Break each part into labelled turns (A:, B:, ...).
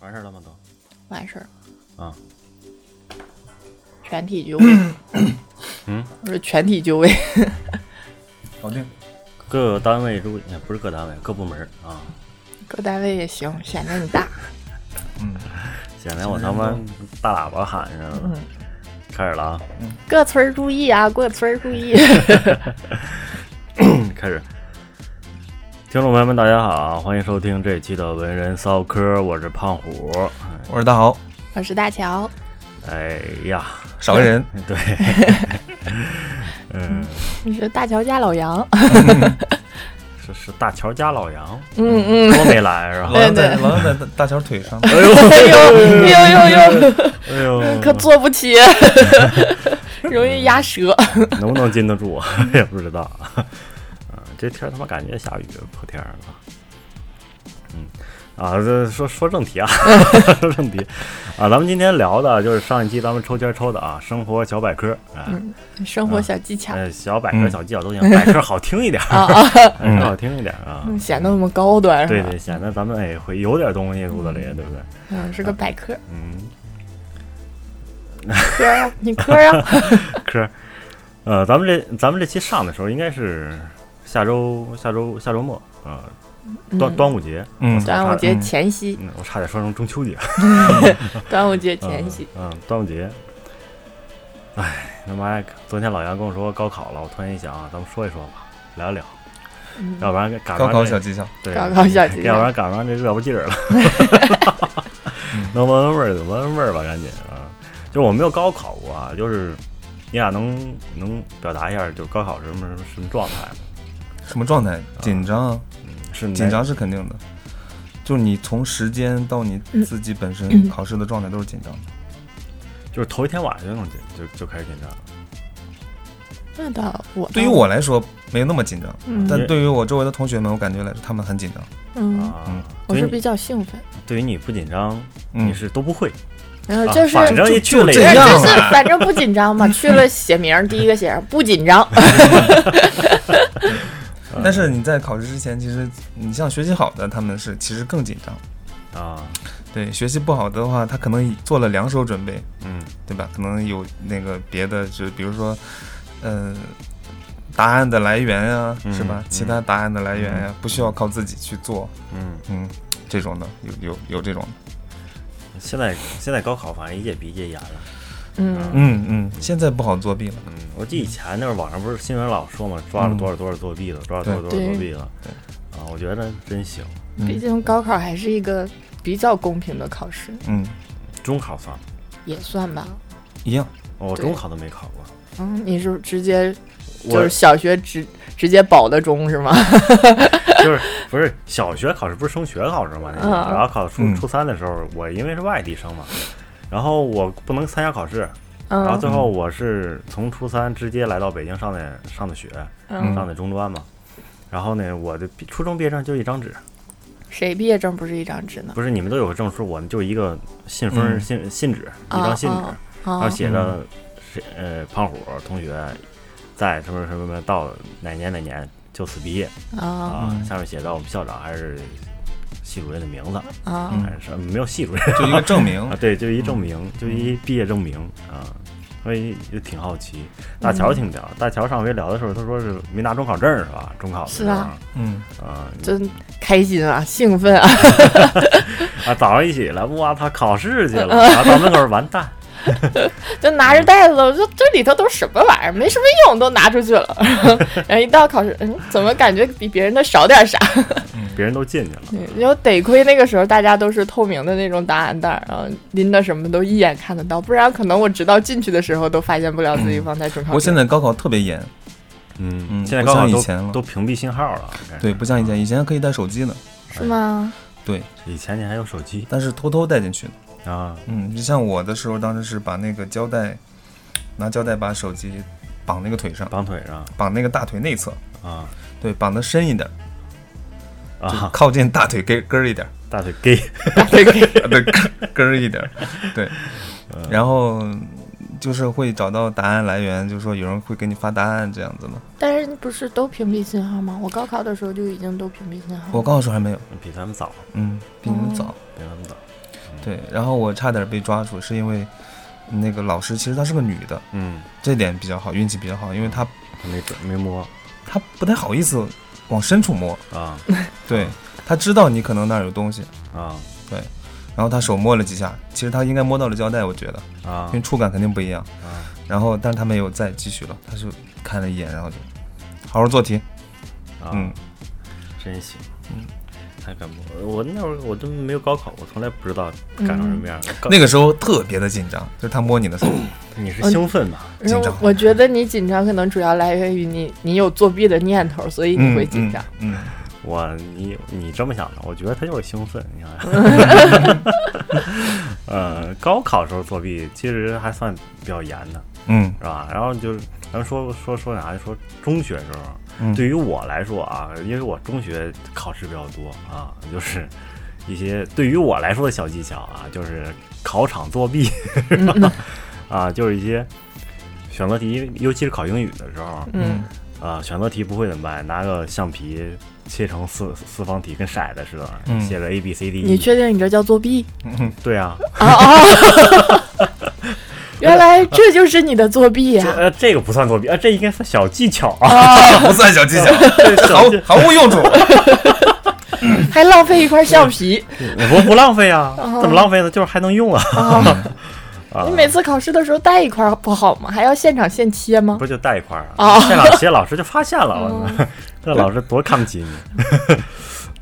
A: 完事儿了吗？都
B: 完事儿
A: 啊，
B: 全体就位。
A: 嗯，
B: 我说全体就位。
C: 搞定。
A: 各单位如也不是各单位，各部门儿啊，
B: 各单位也行，显得你大。
C: 嗯，
A: 显得我他妈大喇叭喊上了。
B: 嗯
A: 开始了啊，
B: 各村儿注意啊，各村儿注意。
A: 开始。听众朋友们，大家好，啊欢迎收听这一期的文人骚客，我是胖虎。
C: 我是大豪，
B: 我是大乔，
A: 哎呀，
C: 少个人，
A: 对，嗯，
B: 你是大乔家老杨。
A: 是是大乔家老杨
B: 嗯嗯。
A: 都没来是吧？
C: 老杨在老杨在大大乔腿上，
A: 哎呦
B: 哎呦呦呦呦，
A: 哎呦，
B: 可坐不起， 容易压舌。
A: 能不能禁得住啊 也不知道。啊，这天儿他妈感觉下雨破天儿了。嗯，啊，这说说正题啊， 说正题啊，咱们今天聊的就是上一期咱们抽签抽的啊，生活小百科啊，
B: 嗯生活小技巧
A: 呃，小百科、小技巧都行，百科好听一 点儿，
B: 啊啊，
A: 百科好听一点儿啊。
B: 嗯显得那么高端
A: 对
B: 是吧？
A: 对，显得咱们哎会有点东西肚子里，对不对？
B: 嗯，是个百科。
A: 嗯，
B: 科呀，你科 啊呀。
A: 科儿，呃，咱们这咱们这期上的时候应该是下周下周下周末啊，端
B: 嗯
A: 端午节，
C: 嗯
B: 端午节前夕，
A: 嗯，我差点说成中秋节。
B: 端午节前夕，
A: 嗯，嗯，端午节。哎，他妈，昨天老杨跟我说高考了，我突然一想啊，咱们说一说吧，聊一聊，
B: 嗯
A: 要不然赶
C: 高
A: 上
C: 考
A: 这
C: 小技巧，
A: 对
B: 高考小技巧
A: 要不然赶上这热乎劲 儿了，能闻闻味儿就闻闻味儿吧，赶紧啊！就是我没有高考过啊，就是你俩能能表达一下，就是高考是什么什么什么状态吗？
C: 什么状态？紧张啊，
A: 是哪
C: 紧张是肯定的，就是你从时间到你自己本身考试的状态都是紧张的。
A: 就是头一天晚上就能紧就就开始紧张了，
B: 那倒我
C: 对于我来说没有那么紧张，
B: 嗯
C: 但对于我周围的同学们，我感觉来说他们很紧张。
B: 嗯，
A: 啊
C: 嗯！
B: 我
A: 对
B: 是
A: 于
B: 比
A: 你啊
B: 较兴奋，
A: 对于你不紧张，
C: 嗯
A: 你是都不会，
B: 然后
A: 啊
B: 嗯呃就是
A: 反正一去了
C: 就
A: 也
C: 这样
B: 就是反正不紧张嘛，去了写名儿，第一个写上不紧张，
C: 但是你在考试之前，其实你像学习好的，他们是其实更紧张。
A: 啊，
C: 对，学习不好的话，他可能做了两手准备，
A: 嗯
C: 对吧？可能有那个别的，就比如说，呃，答案的来源呀、
A: 嗯
C: 是吧？
A: 嗯
C: 其他答案的来源呀、不需要靠自己去做，
A: 嗯。
C: 嗯，这种的有有有这种的，
A: 现在现在高考反正一届比一届严了。
B: 嗯
C: 嗯嗯，现在不好作弊了，
A: 嗯，我记得以前那会儿网上不是新闻老说嘛，抓
B: 嗯
A: 了多少多少作弊了，抓了多少多少作弊了。
C: 对
A: 啊，我觉得真行。
B: 毕
C: 嗯
B: 竟高考还是一个比较公平的考试，
C: 嗯，
A: 中考算吗？
B: 也算吧。
C: 一样，
A: 哦我
B: 对
A: 中考都没考过。
B: 嗯，你是直接就
A: 我
B: 是小学直直接保的中是吗？
A: 就是不是小学考试不是升学考试嘛？那个，
B: 嗯
A: 然后考初
C: 嗯
A: 初三的时候，我因为是外地生嘛，然后我不能参加考试，然后
B: 嗯
A: 最后我是从初三直接来到北京上的上的学，
B: 嗯，
A: 上的中专嘛。然后呢，我的毕初中毕业证就一张纸，
B: 谁毕业证不是一张纸呢？
A: 不是你们都有个证书，我们就一个信封儿、
C: 嗯
A: 信信纸，一
B: 啊
A: 张信纸，
B: 啊
A: 然后
B: 啊，
A: 写着谁呃胖虎同学在什么什么什么到哪年哪年就此毕业
B: 啊
A: 啊，
C: 嗯
A: 下面写着我们校长还是系主任的名字，
B: 啊！
C: 嗯
A: 还是什么没有系主任
C: 就一个证明
A: 啊，，对，就一证明，就一毕业证明啊。所以就挺好奇，大
C: 嗯
A: 乔挺聊，大乔上回聊的时候，他说是没拿中考证儿是吧？中考的时
B: 是
A: 候
B: 啊
C: 嗯，
A: 啊
B: 真开心啊，兴奋啊！
A: 啊，早上一起来，哇，他考试去 了，然后到门口儿完蛋，
B: 就拿着袋子，我说这里头都什么玩意儿，没什么用，都拿出去了。 然后一到考试，嗯，怎么感觉比别人的少点啥？
C: 嗯
A: 别人都进去了。
B: 然后得亏那个时候大家都是透明的那种答案袋儿，然后拎的什么都一眼看得到，不然可能我直到进去的时候都发现不了自己放在中
C: 嗯不
B: 考。
C: 过现在高考特别严，
A: 嗯，
C: 嗯
A: 现在
C: 不
A: 高考
C: 像以
A: 都
C: 前了
A: 都屏蔽信号了，应该是
C: 对，不像以前，以前还可以带手机呢，
B: 是吗？
C: 对，
A: 以前你还有手机
C: 但是偷偷带进去的，
A: 啊，
C: 嗯，就像我的时候，当时是把那个胶带，拿胶带把手机绑那个腿上，
A: 绑腿上
C: 绑那个大腿内侧，
A: 啊
C: 对，绑得深一点，就
A: 啊，
C: 靠近大腿根根儿一点，
A: 大腿 gay
C: 啊对，根根儿一点儿，对，然后就是会找到答案来源，就是说有人会给你发答案这样子的。
B: 但是不是都屏蔽信号吗？我高考的时候就已经都屏蔽信号了。
C: 我高考时候还没有，
A: 比咱们早，
C: 嗯，比你们早。
A: 比咱们早。
C: 对，然后我差点被抓住，是因为那个老师其实她是个女的，
A: 嗯，
C: 这点比较好，运气比较好，因为她
A: 他没准没摸
C: 她不太好意思往深处摸，
A: 啊
C: 对，她知道你可能那儿有东西，
A: 啊
C: 然后她手摸了几下，其实她应该摸到了胶带，我觉得，
A: 啊
C: 因为触感肯定不一样。
A: 啊！
C: 然后，但是她没有再继续了，她就看了一眼，然后就好好做题，
A: 啊
C: 嗯，
A: 真行，
C: 嗯，
A: 太敢摸！我那会儿我都没有高考，我从来不知道干成什么样。高
C: 嗯那个时候特别的紧张，就是她摸你的时候，
A: 你是
B: 嗯
A: 兴奋吧？
B: 然
C: 紧
B: 后
C: 张
B: 我觉得你紧张可能主要来源于你你有作弊的念头，所以 你
C: 嗯
B: 会紧张。，
C: 嗯，嗯
A: 我你你这么想的，我觉得他就是兴奋，你想想。 呃，高考时候作弊其实还算比较严的，
C: 嗯
A: 是吧？然后就是咱们说说说啥？说中学时候，
C: 嗯，
A: 对于我来说啊，因为我中学考试比较多啊，就是一些对于我来说的小技巧啊，就是考场作弊 啊，就是一些选择题，尤其是考英语的时候
B: 嗯，
A: 啊，选择题不会怎么办？拿个橡皮切成四四方体，跟骰子似的，
C: 嗯
A: 写个 A B C D
B: 你
A: E。
B: 确定你这叫作弊？
C: 嗯
A: 对啊，
B: 啊啊！
C: 嗯
B: 原来这就是你的作弊
A: 这
B: 呀、
A: 呃这个不算作弊啊，这应该算小技巧 啊，
C: 嗯不算 小技巧，毫毫无用处。
B: 还浪费一块橡皮
A: 不不浪费啊，
B: 哦
A: 怎么浪费呢？就是还能用啊
B: 啊！
A: 啊
B: 你！每次考试的时候带一块不好吗？还要现场现切吗？
A: 不是就带一块儿啊
B: 哦？
A: 谢老谢老师就发现了，我
B: 哦
A: 操， 这老师多看不起你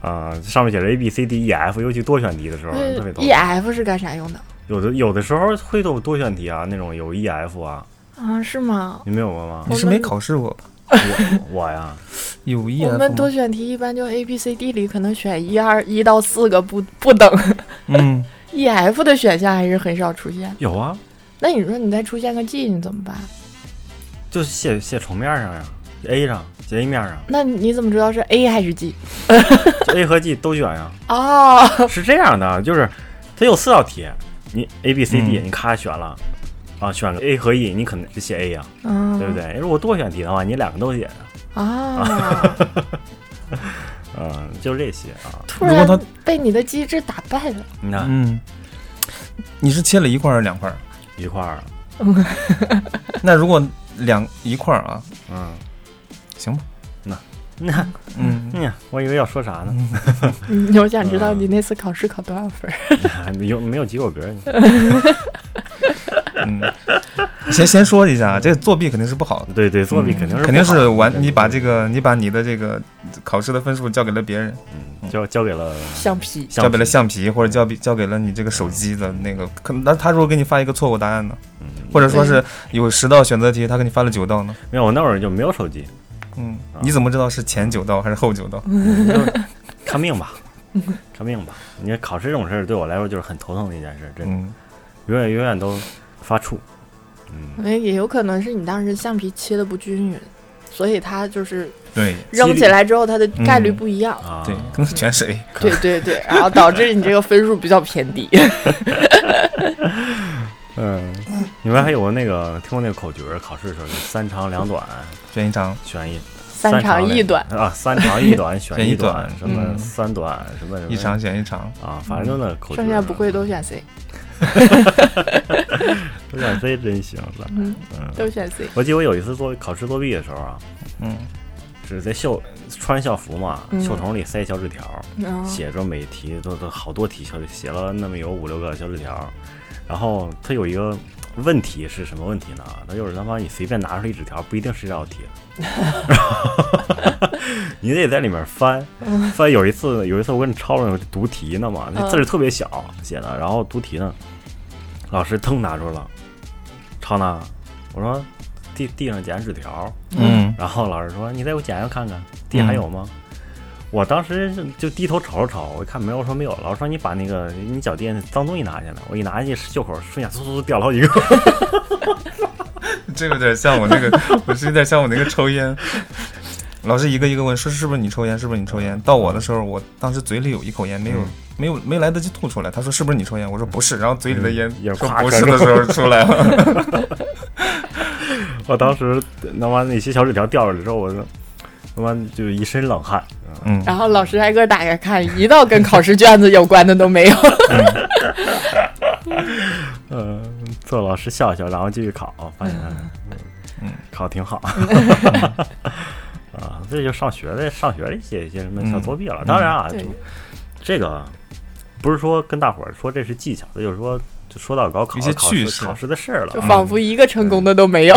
A: 啊！上面写着 A B C D E F，尤其多选题的时候
B: 那
A: 特别多
B: E。F 是干啥用的
A: 有的有的时候会有多选题啊，那种有 E F 啊，
B: 啊？是吗？
A: 你没有过 吗？
C: 你是没考试过吧？
A: 我我呀，
C: 有意
B: 我
C: 啊，
B: 们多选题一般就 A B C D 里可能选一二一到四个不不等
C: 嗯，
B: ，E F 的选项还是很少出现。
A: 有啊，
B: 那你说你再出现个 G 你怎么办？
A: 就写写重面上呀，A 上写 A 面上
B: 那你怎么知道是 A 还是 G？
A: 就，A 和 G 都选呀，
B: 哦，
A: 是这样的，就是它有四道题，你 A B C D
C: 嗯
A: 你咔选了啊，选了 A 和 E，你可能是写 A 呀，
B: 嗯，
A: 对不？对？如果多选题的话，你两个都写。
B: 啊，
A: 嗯，就这些啊。
B: 突
C: 如果
B: 然
C: 他
B: 被你的机智打败了。
A: 你看
C: 嗯，你是切了一块儿还是两块儿？
A: 一块儿，
C: 那如果两一块儿啊，
A: 嗯，
C: 行吧，
A: 那
C: 嗯，
A: 嗯，我以为要说啥呢？
B: 嗯我想知道你那次考试考多少分儿？
A: 有 没有及过格？
C: 嗯，先先说一下，这个作弊肯定是不好的，
A: 对对，作弊肯定是
C: 嗯肯定
A: 不好
C: 是
A: 的
C: 完，你把这个你把你的这个考试的分数交给了别人，
A: 嗯交交给了
B: 橡皮
A: 橡
C: 交给了
A: 皮，
C: 橡皮，或者交给交给了你这个手机的那个，可那他如果给你发一个错误答案呢，
A: 嗯
C: 或者说是有十道选择题，他给你发了九道呢，
A: 没有，我那会儿就没有手 机，
C: 嗯，
A: 啊
C: 你怎么知道是前九道还是后九道？
A: 嗯就是看命吧，看命吧。你看考试这种事儿对我来说就是很头疼的一件事，真的，
C: 嗯，
A: 永远永远都发怵。嗯，
B: 那哎也有可能是你当时橡皮切的不均匀，所以它就是
C: 对
B: 扔起来之后它的概率
C: 嗯
B: 不一样。
A: 啊，
C: 对，跟泉水，
B: 对对对， 然后导致你这个分数比较偏低。
A: 嗯，你们还有那个听过那个口诀儿，考试的时候就三长两短
C: 卷一长，
A: 选一
B: 三长一短，
A: 啊，三长一 短选
C: 选
A: 一
C: 一短
A: 短，什么
C: 嗯
A: 三短什么什么
C: 一长选一长，
A: 啊，反正就那口诀儿。
B: 剩下不会都选 C，
A: 有点 C 真行了。
B: 嗯，
A: 嗯，
B: 都选 C。
A: 我记得我有一次做考试作弊的时候啊，
C: 嗯
A: 是在校穿校服嘛，
B: 嗯
A: 袖筒里塞小纸条，
B: 啊
A: 写着每题都都好多题，小写了那么有五六个小纸条。然后它有一个问题是什么问题呢？它就是他妈你随便拿出一纸条，不一定是这道题，你得在里面翻翻。有一次有一次我给你抄了我就读题呢嘛，那字儿特别小写的，然后读题呢，老师腾拿出了，抄呢，我说地地上捡纸条，
C: 嗯
A: 然后老师说：“你再给我检查看看，地还有吗？”我当时就低头瞅了瞅，我一看没有，我说没有。老师说：“你把那个你脚垫脏东西拿下来。”我一拿进袖口，瞬间嗖嗖嗖掉了好几个。
C: 这有点像我那个，我是有点像我那个抽烟。老师一个一个问，说是不是你抽烟？是不是你抽烟？到我的时候，我当时嘴里有一口烟，没有、
A: 嗯
C: 没有没来得及吐出来。他说是不是你抽烟？我说不是，然后嘴里的烟
A: 嗯也
C: 说
A: 夸
C: 不
A: 出来
C: 是的时候出来了。
A: 我当时他妈那些小纸条掉下来之后，我就他妈就一身冷汗。
C: 嗯，
B: 然后老师挨个打开看，一道跟考试卷子有关的都没有。
A: 逗呃老师笑笑，然后继续考，发现
C: 嗯
A: 考挺 好。啊，这就上学的上学的一些一些什么小作弊了。
C: 嗯
A: 当然啊，
B: 对
A: 就这个不是说跟大伙儿说这是技巧，这就是说就说到高考
C: 一些
A: 考
C: 趣
A: 试
C: 事
A: 考试的事儿了嗯
B: 就。仿佛一个成功的都没有。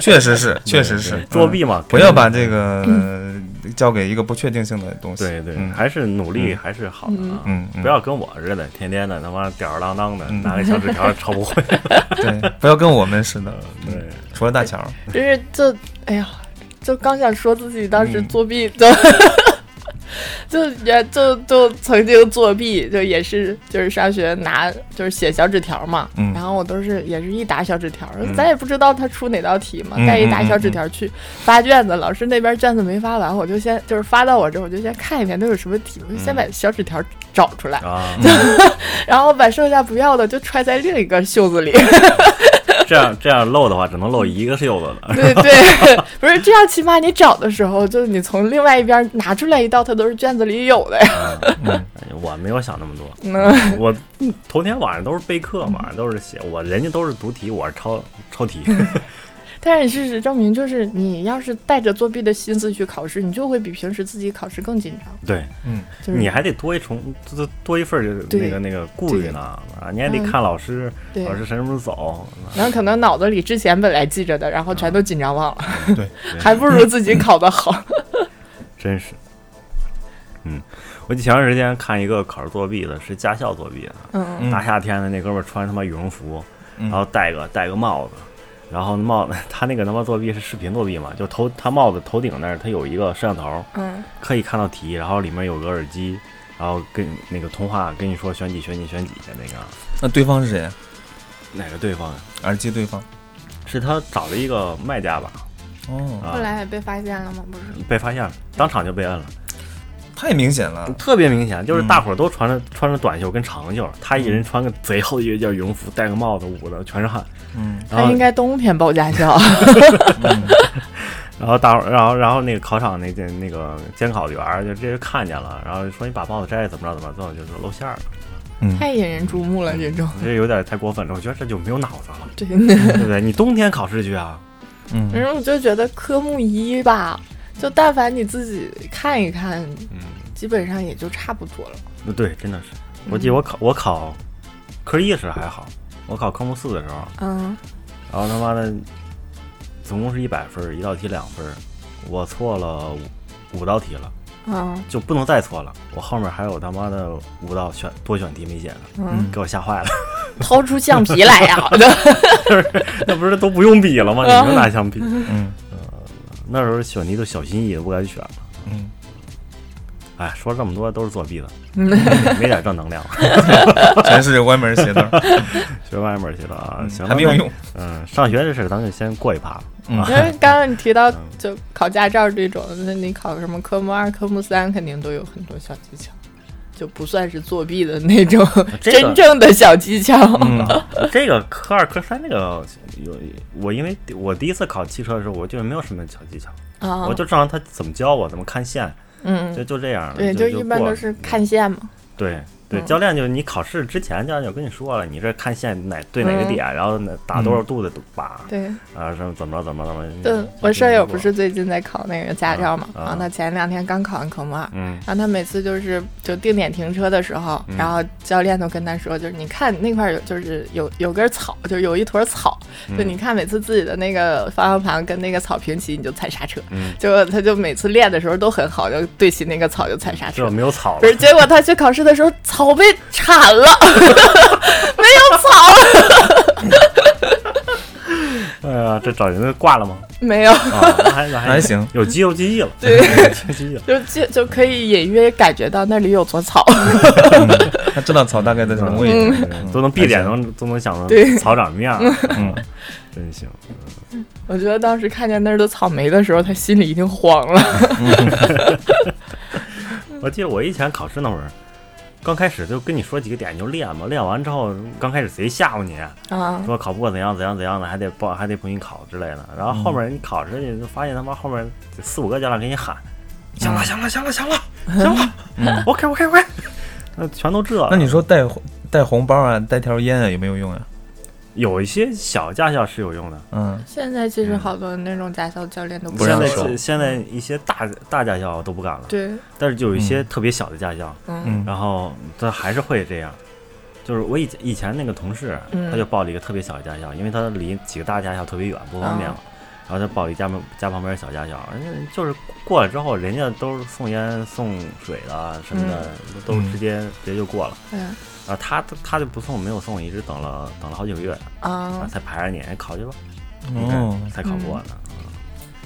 C: 确实是，确实
A: 嗯对
C: 是嗯
A: 作。弊嘛，
C: 不要把这个呃交给一个不确定性的东西。
A: 对对，
C: 嗯
A: 还是努力
C: 嗯
A: 还是好的啊。
C: 嗯，嗯
A: 不要跟我似的，天天的他妈吊儿郎当的，
C: 嗯
A: 拿个小纸条抄 不会。
C: 对，不要跟我们似的。嗯
A: 对，
C: 除了大乔，
B: 就是就哎呀，就刚想说自己当时
C: 嗯
B: 作弊，就 就也就就曾经作弊，就也是就是上学拿就是写小纸条嘛，
C: 嗯
B: 然后我都是也是一沓小纸条，咱也不知道他出哪道题嘛，
C: 嗯
B: 带一沓小纸条去发卷子，老师那边卷子没发完，我就先就是发到我这儿，我就先看一遍都有什么题，我就
C: 嗯
B: 先把小纸条找出
C: 哦
B: 来，
A: 啊，
B: 然后把剩下不要的就揣在另一个袖子里。
A: 这样这样漏的话，只能漏一个袖子 了。
B: 对对， 不是这样，起码你找的时候，就是你从另外一边拿出来一道，它都是卷子里有的 呀。
C: 嗯
A: 我没有想那么多，
B: 嗯，
A: 我嗯头天晚上都是备课嘛，都是写我人家都是读题，我是抄抄 题。
B: 但是事实证明，就是你要是带着作弊的心思去考试，你就会比平时自己考试更紧张。
A: 对，
C: 嗯，
B: 就是
A: 你还得多一重多多一份儿
B: 对
A: 那个那个顾虑呢啊，你还得
B: 嗯
A: 看老师，
B: 对
A: 老师什么时候走。啊
B: 然后可能脑子里之前本来记着的，然后全都紧张忘了，
C: 啊对，
B: 还不如自己考得好。
A: 真是。嗯，我前段时间看一个考试作弊的，是驾校作弊的，
B: 嗯，
C: 嗯
A: 大夏天的那哥们儿穿他妈羽绒服，
C: 嗯
A: 然后戴个戴个帽子，然后帽子 他那个他妈作弊是视频作弊嘛，就头他帽子头顶那儿他有一个摄像头，
B: 嗯，
A: 可以看到题，然后里面有个耳机，然后跟那个通话跟你说选几选几选几的那个
C: 那对方是谁？啊
A: 哪个对方
C: 耳机对方。
A: 是他找了一个卖家吧
C: 哦，
A: 啊，
B: 还被发现了吗？不是，
A: 被发现了，当场就被摁了。
C: 太明显了。
A: 特别明显，就是
C: 嗯
A: 大伙儿都穿着、穿着短袖跟长袖，他一人穿个贼厚一个件羽绒服，戴个帽子，捂的全是汗。
C: 嗯
A: 然
B: 他
A: 后
B: 应，该冬天报驾 校。
C: 嗯
A: 然后大伙儿，然后，然后那个考场那个那个监考员儿就直接看见了，然后就说你把帽子摘了怎么着怎么着，最后就是露馅儿了，
C: 嗯，
B: 太引人注目了，这种
A: 这有点太过分了。我觉得这就没有脑子了，
B: 真的。
A: 对不对？你冬天考试去啊？
C: 嗯
B: 然后我就觉得科目一吧，就但凡你自己看一看，
A: 嗯，
B: 基本上也就差不多了。
A: 对，真的是。我记得我考我考科一时还好，我考科目四的时候，
B: 嗯，
A: 然后他妈的，总共是一百分儿，一道题两分儿，我错了五五道题了。
B: 嗯
A: 就不能再错了。我后面还有他妈的五道选多选题没写呢，
B: 嗯，
A: 给我吓坏了。
B: 掏出橡皮来 呀！
A: 那不是都不用比了吗？你能拿橡皮？
C: 嗯
A: 那时候选题都小心翼翼的不敢选了。
C: 嗯，
A: 哎，说这么多都是作弊的，
B: 嗯
A: 没点正能量，
C: 嗯全是歪门邪道，
A: 学歪门去了啊！行，
C: 嗯还没 有。用。
A: 嗯，上学这事儿咱就先过一趴。
C: 嗯
B: 因为刚刚你提
A: 嗯
B: 到就考驾照这种，那你考什么科目二、科目三，肯定都有很多小技巧，就不算是作弊的那种
A: 啊 这个
B: 真正的小技巧。
C: 嗯
A: 这个科二、科三这个有我，因为我第一次考汽车的时候，我就没有什么小技巧，嗯
B: 啊
A: 我，就正常他怎么教我，怎么看线，就
B: 嗯，
A: 就这样了。
B: 对，
A: 就
B: 一
A: 过嗯
B: 般都
A: 了
B: 是看线嘛。
A: 对对，
B: 嗯
A: 教练就是你考试之前，教练就跟你说了，你这看线哪对哪个点，
B: 嗯
A: 然后哪打多少度的靶，
B: 对，
A: 啊，什么怎么着怎么着怎么
B: 就
A: 着。
B: 我舍友不是最近在考那个驾照嘛，
A: 啊
B: 然后他前两天刚考完科目二，
A: 嗯
B: 然后他每次就是就定点停车的时候，
A: 嗯
B: 然后教练都跟他说，就是你看那块儿有就是有有根草，就是有一坨草，
A: 嗯
B: 就你看每次自己的那个方向盘跟那个草平齐，你就踩刹车。
A: 嗯，
B: 结果他就每次练的时候都很好，就对齐那个草就踩刹
A: 这
B: 车。
A: 没有草
B: 不是，
A: 了，
B: 结果他去考试的时候，草被铲了， 没有草，
A: 哎呀，这找人挂 了吗？
B: 没有，
A: 啊，那还那
C: 还，行。
A: 有肌肉记忆了，
B: 对
A: 有记忆了。
B: 就就就可以隐约感觉到那里有撮草。
C: 他知道草大概在什么位置。
A: 对都能闭眼能都能想到
B: 对
A: 草长什么样，
C: 嗯，
A: 真行。
B: 我觉得当时看见那儿的草莓的时候，他心里一定慌了。
A: 我记得我以前考试那会儿，刚开始就跟你说几个点你就练嘛，练完之后刚开始贼吓唬你，
B: 啊，
A: 说考不过怎样怎样怎样的，还得报还得重新考之类的。然后后面你考试去，就发现他妈后面四五个家长给你喊，行了行了行了行了 行了、o k OK OK，那全都这。
C: 那你说带带红包啊，带条烟啊，有没有用啊？
A: 有一些小驾校是有用的，
C: 嗯，
B: 现在其实好多那种驾校教练都
C: 不
A: 现
C: 让
A: 在
C: 手
A: 是现在一些大大驾校都不敢了，
B: 对，
A: 但是就有一些
C: 嗯
A: 特别小的驾校，
B: 嗯
C: 嗯
A: 然后他还是会这样。就是我以前以前那个同事，
B: 嗯
A: 他就报了一个特别小的驾校，因为他离几个大驾校特别远，不方便嘛。
B: 哦
A: 然后他报了一家门家旁边的小驾校，人家就是过来之后，人家都是送烟送水的什么的，都
C: 嗯
A: 直接直接就过了。
B: 嗯
A: 然后他他就不送，没有送，一直等了等了好几个月，然后
B: 啊，
A: 才排着你哎考去吧，
C: 哦，
A: 才考过呢。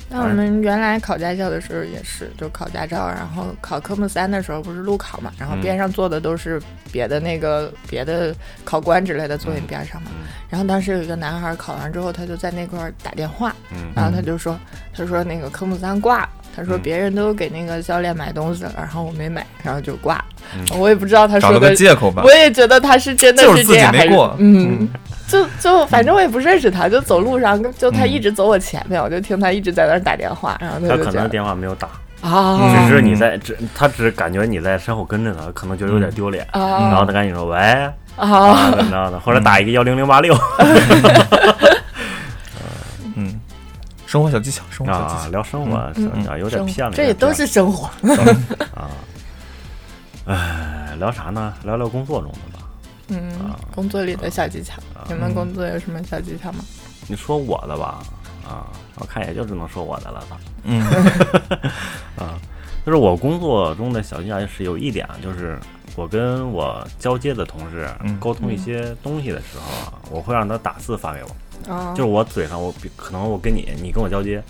B: 那我们原来考驾校的时候也是，就考驾照，然后考科目三的时候不是路考嘛，然后
A: 嗯
B: 边上坐的都是别的那个别的考官之类的坐你边上嘛，
A: 嗯
B: 然后当时有一个男孩考完之后，他就在那块儿打电话，
A: 嗯
B: 然后他
C: 嗯
B: 就说，他说那个科目三挂了，他说
A: 嗯
B: 别人都给那个教练买东西了，然后我没买，然后就挂了。
A: 嗯
B: 我也不知道他
C: 找
B: 说
C: 了
B: 的
C: 个，借口吧
B: 我。也觉得他是真的
C: 就是自
B: 这
C: 己
B: 样，
C: 没
B: 还是
C: 过
B: 嗯，就就反正我也不认识他，就走路上就他
C: 嗯
B: 一直走我前面，我就听他一直在那儿打电话，然后
A: 他
B: 就
A: 可
B: 觉
A: 能
B: 得
A: 电话没有打，
B: 啊
C: 嗯
A: 只是你在只他只感觉你在身后跟着他，可能觉得有点丢脸，嗯然后
B: 啊
A: 他赶紧说喂啊
B: 啊，
A: 怎么着的，或者打一个幺零零八六
C: 嗯，生活小技巧，生活小技
A: 啊
C: 巧。
A: 聊生活，
B: 嗯
A: 想想有点
B: 生活
A: 骗了，
B: 这
A: 有
B: 也
A: 点
B: 都
A: 骗
B: 是生活。
A: 了啊。唉，聊啥呢？聊聊工作中的吧。
B: 嗯
A: 啊，
B: 工作里的小技巧，你们工作有什么小技巧吗？
A: 你说我的吧，啊，我看也就只能说我的了吧。
C: 嗯
A: 就是我工作中的小技巧是有一点，啊，就是我跟我交接的同事
C: 嗯
A: 沟通一些东西的时候啊，我会让他打字发给我。
B: 啊
A: 就是我嘴上我比可能我跟你你跟我交接，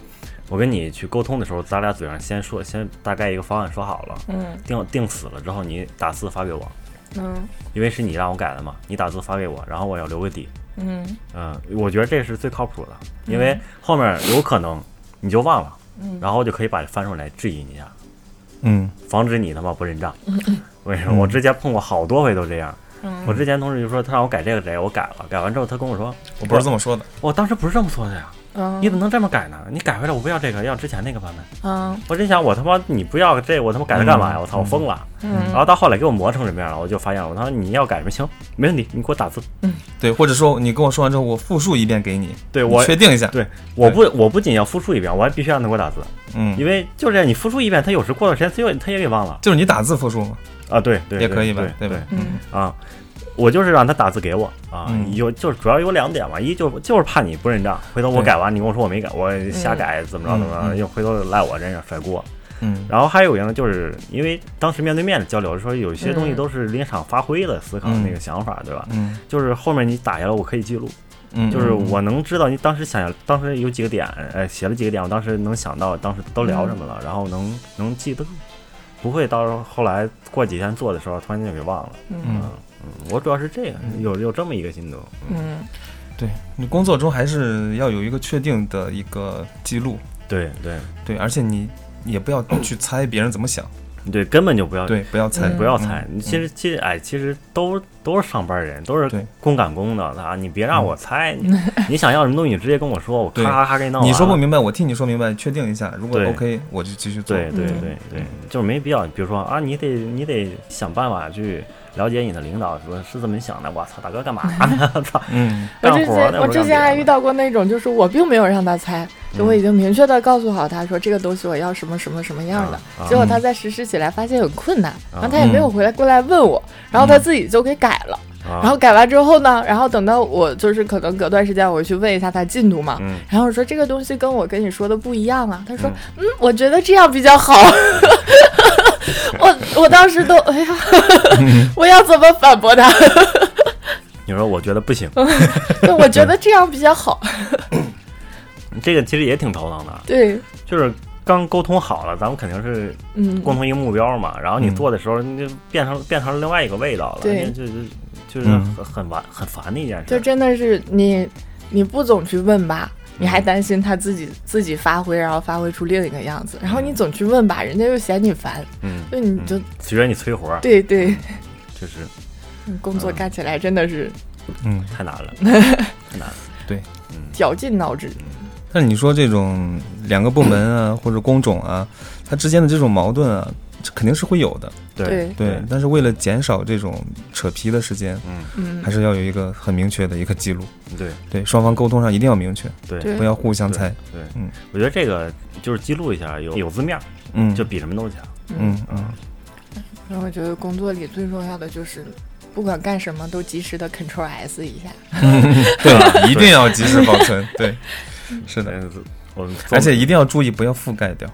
A: 我跟你去沟通的时候，咱俩嘴上先说先大概一个方案说好了，
B: 嗯
A: 定定死了之后你打字发给我，
B: 嗯
A: 因为是你让我改的嘛，你打字发给我，然后我要留个底。
B: 嗯
A: 嗯，我觉得这是最靠谱的，因为后面有可能你就忘了，
B: 嗯
A: 然后我就可以把它翻出来质疑你一下，
C: 嗯
A: 防止你他妈不认账。我跟你说，我之前碰过好多回都这样。
B: 嗯
A: 我之前同事就说他让我改这个这个，我改了，改完之后他跟我说，
C: 我不是这么说的。
A: 我当时不是这么说的呀，
B: 嗯，
A: 你怎么能这么改呢？你改回来我不要这个，要之前那个版本。
B: 嗯
A: 我真想，我他妈你不要这，我他妈改它干嘛呀？我操，我疯了！然
B: 嗯
A: 后到后来给我磨成什么样了，我就发现了。我他妈你要改什么行，没问题，你给我打字。
C: 对，或者说你跟我说完之后，我复述一遍给你，
A: 对
B: 嗯
C: 你
A: 我，
C: 确定一下。
A: 对，我不，我不仅要复述一遍，我还必须让他给我打字，
C: 嗯
A: 因，为就这样，你复述一遍，他有时过段时间他又他也给忘了
C: 就是你打字复述嘛，
A: 啊。对对，
C: 也
A: 对
C: 可以吧
A: 对，
C: 对吧？
B: 嗯
A: 啊，我就是让他打字给我啊，
C: 嗯
A: 有就是主要有两点嘛，一就就是怕你不认账，回头我
C: 对
A: 改完你跟我说我没改，我瞎改怎么着怎么
C: 嗯
A: 着，
C: 嗯
A: 又回头赖我身上甩锅。
C: 嗯
A: 然后还有一个呢，就是因为当时面对面的交流的时候，有一些东西
B: 嗯
A: 都是临场发挥的思考的那个想法，对吧？
C: 嗯
A: 就是后面你打下来，我可以记录，
C: 嗯，
A: 就是我能知道你当时想要，当时有几个点，呃，写了几个点，我当时能想到当时都聊什么
C: 嗯
A: 了，然后能能记得住，不会到时候后来过几天做的时候突然间就给忘了。
B: 嗯
C: 嗯，
A: 嗯，我主要是这个，
C: 嗯
A: 有有这么一个心得。嗯，
B: 嗯
C: 对你工作中还是要有一个确定的一个记录，
A: 对对
C: 对，而且你也不要去猜别人怎么想，
A: 对，根本就不要哎
C: 对，不要猜，
B: 嗯
A: 嗯不要猜，
C: 嗯
A: 你其实其实哎，其实都都是上班人，都是
C: 对嗯
A: 公赶公的啊！你别让我猜，你你想要什么东西，你直接跟我说，我咔
C: 对
A: 咔咔给你弄完
C: 你
A: 了。
C: 说不明白，我替你说明白，确定一下，如果
A: 对
C: OK，我就继续做。
A: 对对
B: 嗯
A: 对对，就是没必要。比如说啊，你得你得想办法去了解你的领导，说是这么想的。我操，大哥干嘛呢？ 操，
C: 嗯
B: 我
A: 干
B: 之
A: 活儿
B: 前
A: 呢
B: 我
A: 不
B: 之
A: 干
B: 前还
A: 别
B: 遇
A: 的
B: 到过那种，就是我并没有让他猜，就我
A: 嗯
B: 已经明确的告诉好他说这个东西我要什么什么什么样的，
A: 啊
B: 结果他在实施起来发现很困难，然后他也没有
C: 嗯
B: 回来过来问我，然后他自己就给改了，
A: 嗯啊
B: 然后改完之后呢，然后等到我就是可能隔段时间我去问一下他进度嘛，
A: 嗯
B: 然后我说这个东西跟我跟你说的不一样啊，他说
A: 嗯
B: 嗯，我觉得这样比较好。 我我当时都哎呀，
A: 嗯
B: 我要怎么反驳他？
A: 你说我觉得不行，
B: 嗯对我觉得这样比较好。
A: 这个其实也挺头疼的，
B: 对，
A: 就是。刚沟通好了，咱们肯定是
B: 嗯，
A: 共同一个目标嘛。然后你
C: 嗯
A: 做的时候，你就变成变成另外一个味道了，
B: 对
A: 你就就就是
C: 嗯
A: 很很烦很烦的一件事。
B: 就真的是你，你不总去问吧，你还担心他自己自己发挥，然后发挥出另一个样子，然后你总去问吧，人家又嫌你烦，
A: 嗯，
B: 就你就、
A: 觉得你催活儿，
B: 对对，
A: 就是
B: 你工作干起来真的是
C: 嗯，
A: 太难了，太难了。
C: 对，
B: 绞尽脑汁。
C: 但是你说这种两个部门啊，或者工种啊，它之间的这种矛盾啊，肯定是会有的，
A: 对
C: 对。但是为了减少这种扯皮的时间，
A: 嗯，
B: 嗯
C: 还，是要有一个很明确的一个记录。
A: 对
C: 对，双方沟通上一定要明确，
A: 对
B: 对
C: 不要互相猜。
A: 对，
C: 嗯，
A: 我觉得这个就是记录一下，有有字面儿，
C: 嗯，
A: 就比什么都强。
C: 嗯 嗯，
B: 然后我觉得工作里最重要的就是，不管干什么都及时的 Ctrl S 一下。
C: 对，一定要及时保存。对，是的，
A: 嗯，我们
C: 而且一定要注意不要覆盖掉。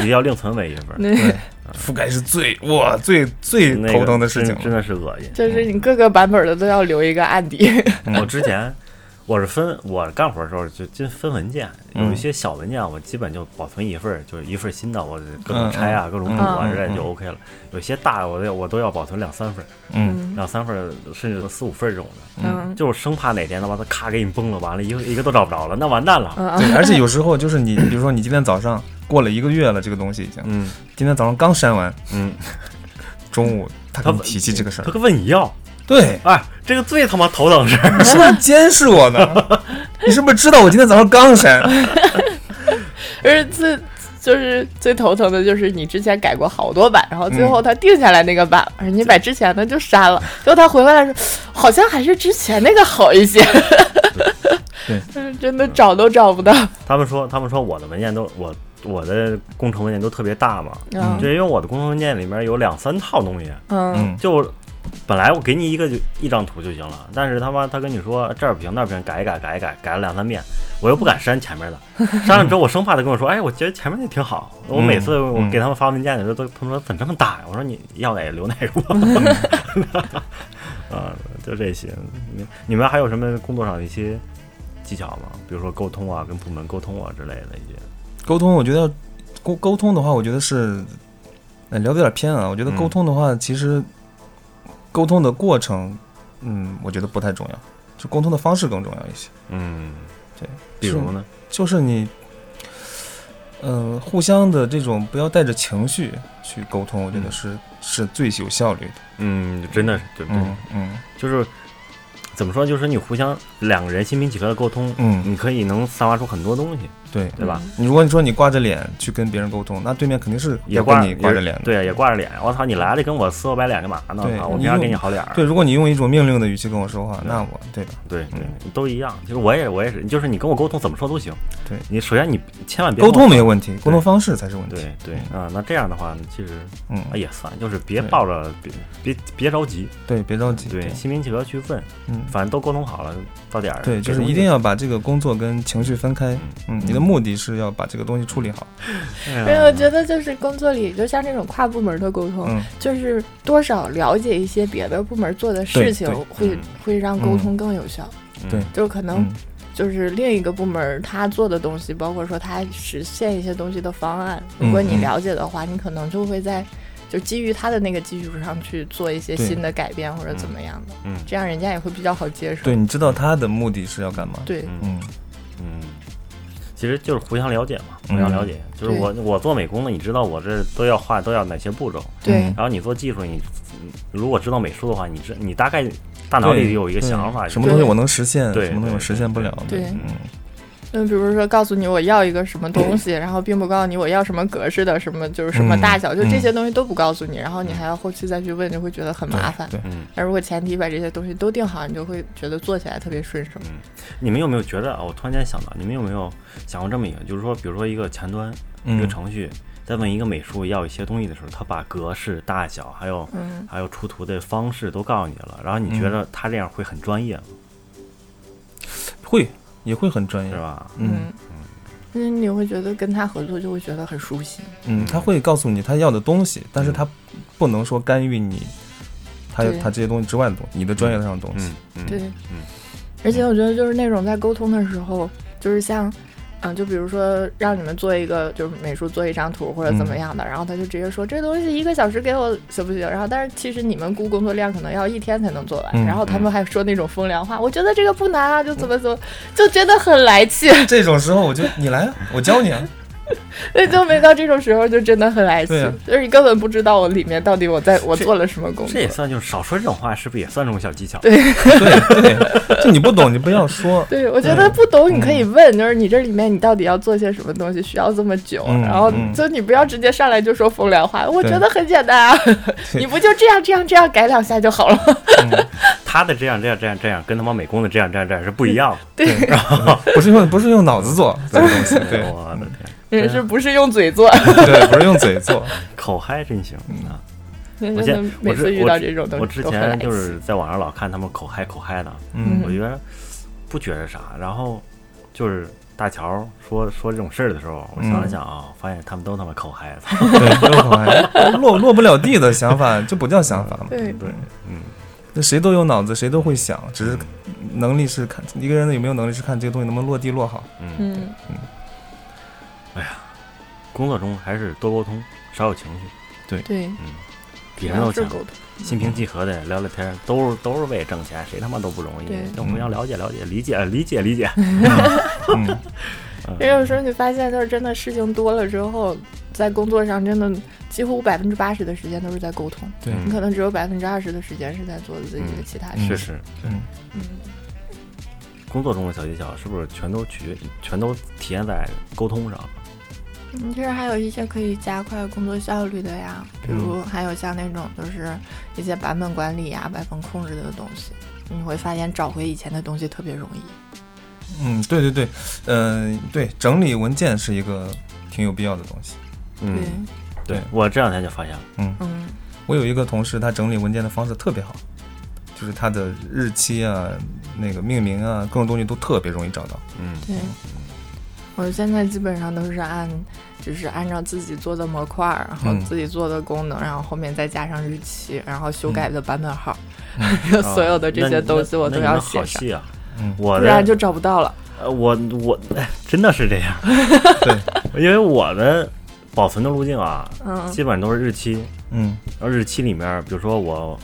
A: 一定要另存为一份儿，
C: 对， 覆盖是最哇最最
A: 那个
C: 头疼的事情
A: 真真
C: 了。
A: 的是恶心。
B: 就是你各个版本的都要留一个案底。
C: 嗯
A: 我之前我是分我干活的时候就就分文件，有
C: 嗯
A: 一些小文件我基本就保存一份儿，就是一份儿新的，我各种拆啊、各种补啊
B: 嗯
A: 之类就
C: 嗯
A: OK 了。有些大我得我都要保存两三份儿，
C: 嗯
A: 两三份儿甚至四五份儿这种的，
B: 嗯
A: 就是生怕哪天他妈的咔给你崩了，完了一个一个都找不着了，那完蛋了。
B: 嗯
C: 对，而且有时候就是你，比如说你今天早上过了一个月了，这个东西已经，
A: 嗯
C: 今天早上刚删完，
A: 嗯，
C: 中午他
A: 他
C: 跟你提起这个事
A: 他
C: 儿，
A: 可问你要，
C: 对，
A: 哎，这个最他妈头等事儿。
C: 你是不是监视 我呢？你是不是知道我今天早上刚删？
A: 嗯
B: 而且最就是最头疼的就是你之前改过好多版，然后最
C: 嗯
B: 后他定下来那个版，而你把之前的就删了，结果他回来说好像还是之前那个好一些。
C: 对
B: 嗯，真的找都找不到。
A: 他们说他们说我的文件都我我的工程文件都特别大嘛，
B: 嗯
A: 就因为我的工程文件里面有两三套东西，
B: 嗯
C: 嗯，
A: 就本来我给你一个就一张图就行了，但是他妈他跟你说这儿不行那儿不行，改一改改一改，改了两三遍，我又不敢删前面 的，删了之后我生怕他跟我说，哎，我觉得前面那挺好，我每次
C: 嗯
A: 我给他们发文件的时候都他们说怎么这么大呀？我说你要哪个留哪个 吧。啊，就这些。你你们还有什么工作上的一些技巧吗？比如说沟通啊，跟部门沟通啊之类的一些。
C: 沟通，我觉得要沟沟通的话，我觉得是，呃，聊的有点偏啊。我觉得
A: 嗯
C: 沟通的话，其实沟通的过程，嗯，我觉得不太重要，就沟通的方式更重要一些。
A: 嗯，比如呢？
C: 就是你，呃，互相的这种不要带着情绪去沟通，我觉得是、是最有效率的。
A: 嗯，真的是，对对，
C: 嗯嗯
A: 就是怎么说，就是你互相两个人心平气和的沟通，
C: 嗯，
A: 你可以能散发出很多东西，
C: 对。
A: 对吧？
C: 你如果你说你挂着脸去跟别人沟通，那对面肯定是
A: 也
C: 要跟
A: 挂
C: 你挂着脸的。
A: 对，也挂着脸。我操，你来了跟我撕我白脸干嘛呢？
C: 对
A: 啊我
C: 你
A: 平常
C: 用
A: 给你好脸儿。
C: 对，如果你用一种命令的语气跟我说话，
A: 对
C: 那我对吧？
A: 对对
C: 嗯，
A: 都一样。就是我也我也是，就是你跟我沟通怎么说都行。
C: 对
A: 你首先你千万别
C: 沟
A: 跟我
C: 通没有问题，沟通方式才是问题。
A: 对对啊，那这样的话，其实
C: 嗯，
A: 啊也算，就是别
C: 对
A: 抱着别别别着急，
C: 对，别着急。
A: 对，心平气和去问，
C: 嗯，
A: 反正都沟通好了，到点儿
C: 对，就是一定。要把这个工作跟情绪分开。嗯，你的目的是要把这个东西处理好。
A: 因
B: 因为我觉得就是工作里，就像这种跨部门的沟通，
C: 嗯，
B: 就是多少了解一些别的部门做的事情
C: 对对，
B: 会
A: 嗯
B: 会让沟通更有效。
C: 对
B: 就可能
C: 嗯
B: 就是另一个部门他做的东西，包括说他实现一些东西的方案，
C: 嗯
B: 如果你了解的话，你可能就会在就基于他的那个基础上去做一些
C: 对
B: 新的改变或者怎么样的，
A: 嗯
B: 这样人家也会比较好接受。
C: 对，你知道他的目的是要干嘛？，
B: 对
A: 嗯
C: 嗯，
A: 嗯，其实就是互相了解嘛，互
C: 嗯
A: 相了解。就是
B: 对
A: 我我做美工的，你知道我这都要画都要哪些步骤，
C: 嗯
B: 对
A: 然后你做技术，你你如果知道美术的话，你知你大概大脑里有一个
C: 对
A: 想法，
C: 什么东西
B: 对
C: 我能实现，
A: 对
C: 什么东西我实现不了。
B: 对对
C: 嗯，
B: 嗯，比如说告诉你我要一个什么东 西，然后并不告诉你我要什么格式的，什么就是什么
C: 嗯
B: 大小，就这
C: 嗯
B: 些东西都不告诉你，然后你还要后期再去问，就会觉得很
C: 对
B: 麻烦。
C: 对，
A: 嗯，
B: 那如果前提把这些东西都定好，你就会觉得做起来特别顺手。
A: 你们有没有觉得啊？我突然间想到，你们有没有想过这么一个，就是说，比如说一个前端，一个
C: 嗯
A: 程序在问一个美术要一些东西的时候，他把格式、大小，还有、
B: 嗯
A: 还有出图的方式都告诉你了，然后你觉
C: 嗯
A: 得他这样会很专业吗，
C: 会也会很专业
A: 是。吧？
C: 嗯
B: 嗯，嗯，你会觉得跟他合作就会觉得很舒心。
C: 嗯，他会告诉你他要的东西，但是他不能说干预你他
B: 对
C: 他这些东西之外的东西，你的专业上的东西。
A: 嗯，
B: 对，
A: 嗯
B: 而且我觉得就是那种在沟通的时候，就是像，嗯、就比如说让你们做一个就是美术做一张图或者怎么样
C: 嗯
B: 的，然后他就直接说这东西一个小时给我行不行？然后但是其实你们估工作量可能要一天才能做完，
C: 嗯
B: 然后他们还说那种风凉话，我觉得这个不难啊，就怎么怎么，就觉得很来气。
A: 嗯
C: 这种时候我就你来啊，我教你啊，
B: 那就没到这种时候，就真的很来气
C: 对啊，
B: 就是你根本不知道我里面到底我在我
A: 这
B: 做了什么工
A: 这
B: 作
A: 也。算就是少说这种话，是不是也算种小技巧？
C: 对对，就你不懂，你不要说。
B: 对，我觉得
A: 嗯
B: 不懂你可以问，就是你这里面你到底要做些什么东西，需要这么久？
C: 嗯
B: 然后
C: 嗯
B: 就你不要直接上来就说风凉话，我
C: 对
B: 觉得很简 单啊，你不就这样这样这样改两下就好了吗？
A: 他的这样这样这样这样，跟他妈美工的这样这样这样是不一样的。
C: 对，不是用不是用脑子做这个东西， 对
A: 我的天，
B: 人是不是用嘴做？
C: 对，不是用嘴做。
A: 口嗨真行
C: 嗯
A: 啊！
B: 真
A: 我
B: 的
A: 现
B: 嗯每
A: 我
B: 次
A: 之
B: 遇
A: 我
B: 到
A: 之
B: 这种东西
A: 我之
B: 都很来
A: 前
B: 气
A: 就是在网上老看他们口嗨口嗨的，
C: 嗯
A: 我觉得不觉着啥。然后就是大乔说说这种事儿的时候，我想
C: 嗯
A: 了想啊，发现他们都他妈口 嗨。操
B: 嗯
C: 对，不用口嗨，落落不了地的想法就不叫想法嘛。
B: 对，
A: 对，嗯，
C: 那谁都有脑子，谁都会想，只是能力是看一个人有没有能力是看这个东西能不能落地落好。
A: 嗯，
B: 嗯，
A: 工作中还是多沟通，少有情绪，
B: 对，
A: 嗯，比什么都
B: 是
A: 强。
B: 沟通，
A: 心平气和的聊聊天儿，都是都是为挣钱，谁他妈都不容易
B: 对。
A: 那我们要了解了解，理解呃理解理解。
C: 嗯，
B: 也有时候你发现，就是真的事情多了之后，在工作上真的几乎百分之八十的时间都是在沟通，
C: 对，
B: 你可能只有百分之二十的时间是在做自己的其他事。
A: 是是，
C: 嗯，
B: 嗯，
A: 工作中的小技巧是不是全都取决全都体现在沟通上？
B: 嗯其实还有一些可以加快工作效率的呀，比如
A: 嗯
B: 还有像那种就是一些版本管理呀、版本控制的东西，你会发现找回以前的东西特别容易。
C: 嗯，对对对，嗯、对，整理文件是一个挺有必要的东西。
B: 对，
A: 嗯对
C: 对
A: 我这两天就发现了，
B: 嗯，
C: 我有一个同事，他整理文件的方式特别好，就是他的日期啊、那个命名啊，各种东西都特别容易找到。
A: 嗯，
B: 对，我现在基本上都是按，就是按照自己做的模块儿，然后
C: 嗯
B: 自己做的功能，然后后面再加上日期，然后修改的版本号，
A: 啊
B: 所有的
A: 嗯
B: 这
A: 那
B: 些
A: 你
B: 东
A: 那
B: 西我
A: 那
B: 都
A: 你
B: 要
A: 们
B: 写
A: 好
B: 上，
A: 细啊，
C: 嗯
A: 我
B: 不
A: 的
B: 然就找不到了。
A: 呃我我哎真的是这 样，对，因为我的保存的路径啊，
B: 嗯
A: 基本上都是日期，
C: 嗯
A: 然后日期里面，比如说我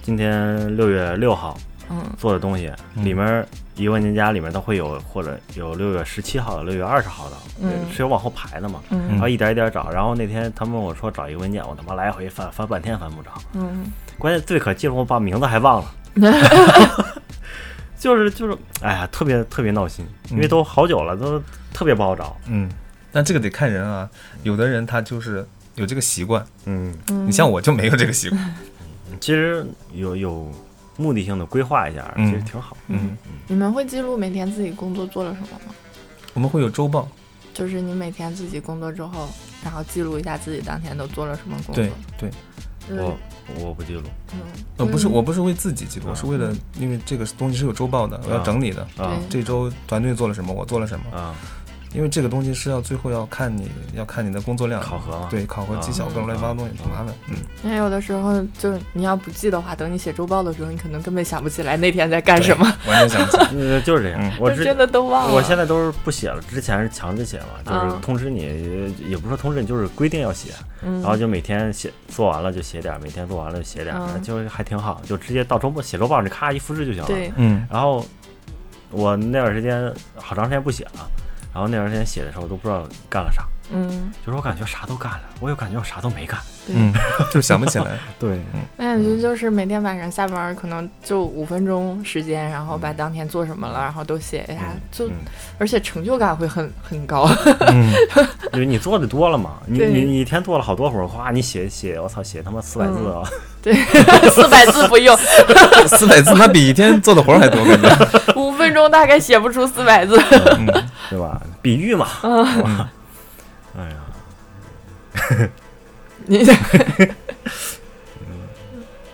A: 今天六月六号，
B: 嗯
A: 做的东西，
C: 嗯
A: 里面儿一个文件夹里面都会有，或者有六月十七号的、六月二十号的，
B: 嗯
A: 是有往后排的嘛。然
B: 嗯
A: 后一点一点找，然后那天他们问我说找一个文件，我他妈来回翻翻半天翻不着，
B: 嗯，
A: 关键最可气的我把名字还 忘了，就是就是，哎呀，特别特别闹心，因为
C: 嗯
A: 都好久了，都特别不好找。
C: 嗯，但这个得看人啊，有的人他就是有这个习惯，
A: 嗯，
C: 你像我就没有这个习惯。
A: 其实有有目的性的规划一下，其
C: 嗯
A: 实挺好。
C: 嗯，
B: 你们会记录每天自己工作做了什么吗？
C: 我们会有周报，
B: 就是你每天自己工作之后，然后记录一下自己当天都做了什么工作
C: 对。对。
B: 嗯
A: 我我不记录
B: 嗯，
C: 呃，不是，
B: 嗯
C: 我不是为自己记录，
A: 啊
C: 我是为了，因为这个东西是有周报的，我要
A: 啊
C: 整理的。
A: 啊
C: 这周团队做了什么，我做了什么，
A: 啊，
C: 因为这个东西是要最后要看你要看你的工作量，
A: 考核嘛。
C: 对考核
A: 啊
C: 绩效各种乱七八糟东西
A: 啊
C: 挺麻烦。嗯，
B: 因为有的时候就你要不记的话，等你写周报的时候，你可能根本想不起来那天在干什么，
C: 完全想不起来。
A: 嗯，就是这样
C: 嗯。
A: 我
B: 就
A: 之
B: 真的都忘了。
A: 我现在都是不写了，之前是强制写嘛，就是
B: 嗯
A: 通知你，也不是说通知你，就是规定要写，
B: 嗯，
A: 然后就每天写，做完了就写点儿，每天做完了就写点儿，
B: 嗯
A: 就还挺好，就直接到周末写周报，你咔一复制就行了。
B: 对，
C: 嗯
A: 然后我那段时间好长时间不写了，然后那段时间写的时候都不知道干了啥，
B: 嗯，
A: 就是我感觉啥都干了，我又感觉我啥都没干。
B: 对。
C: 嗯，就是想不 起来。嗯
A: 对，
B: 那感觉就是每天晚上下班儿可能就五分钟时间，然后把当天做什么了，然后都写一下，就
A: 嗯
B: 而且成就感会很很高。
C: 嗯，
A: 因为你做的多了嘛，你
B: 对
A: 你你一天做了好多活儿，哗，你写写，我操，写他妈四百字
B: 嗯
A: 啊！
B: 对，四百字不用，
C: 四百字，那比一天做的活儿还多，感觉。
B: 五分钟大概写不出四百字。
C: 嗯
A: 对吧？比喻嘛，
B: 嗯
A: 哇哎呀，
B: 你
A: 感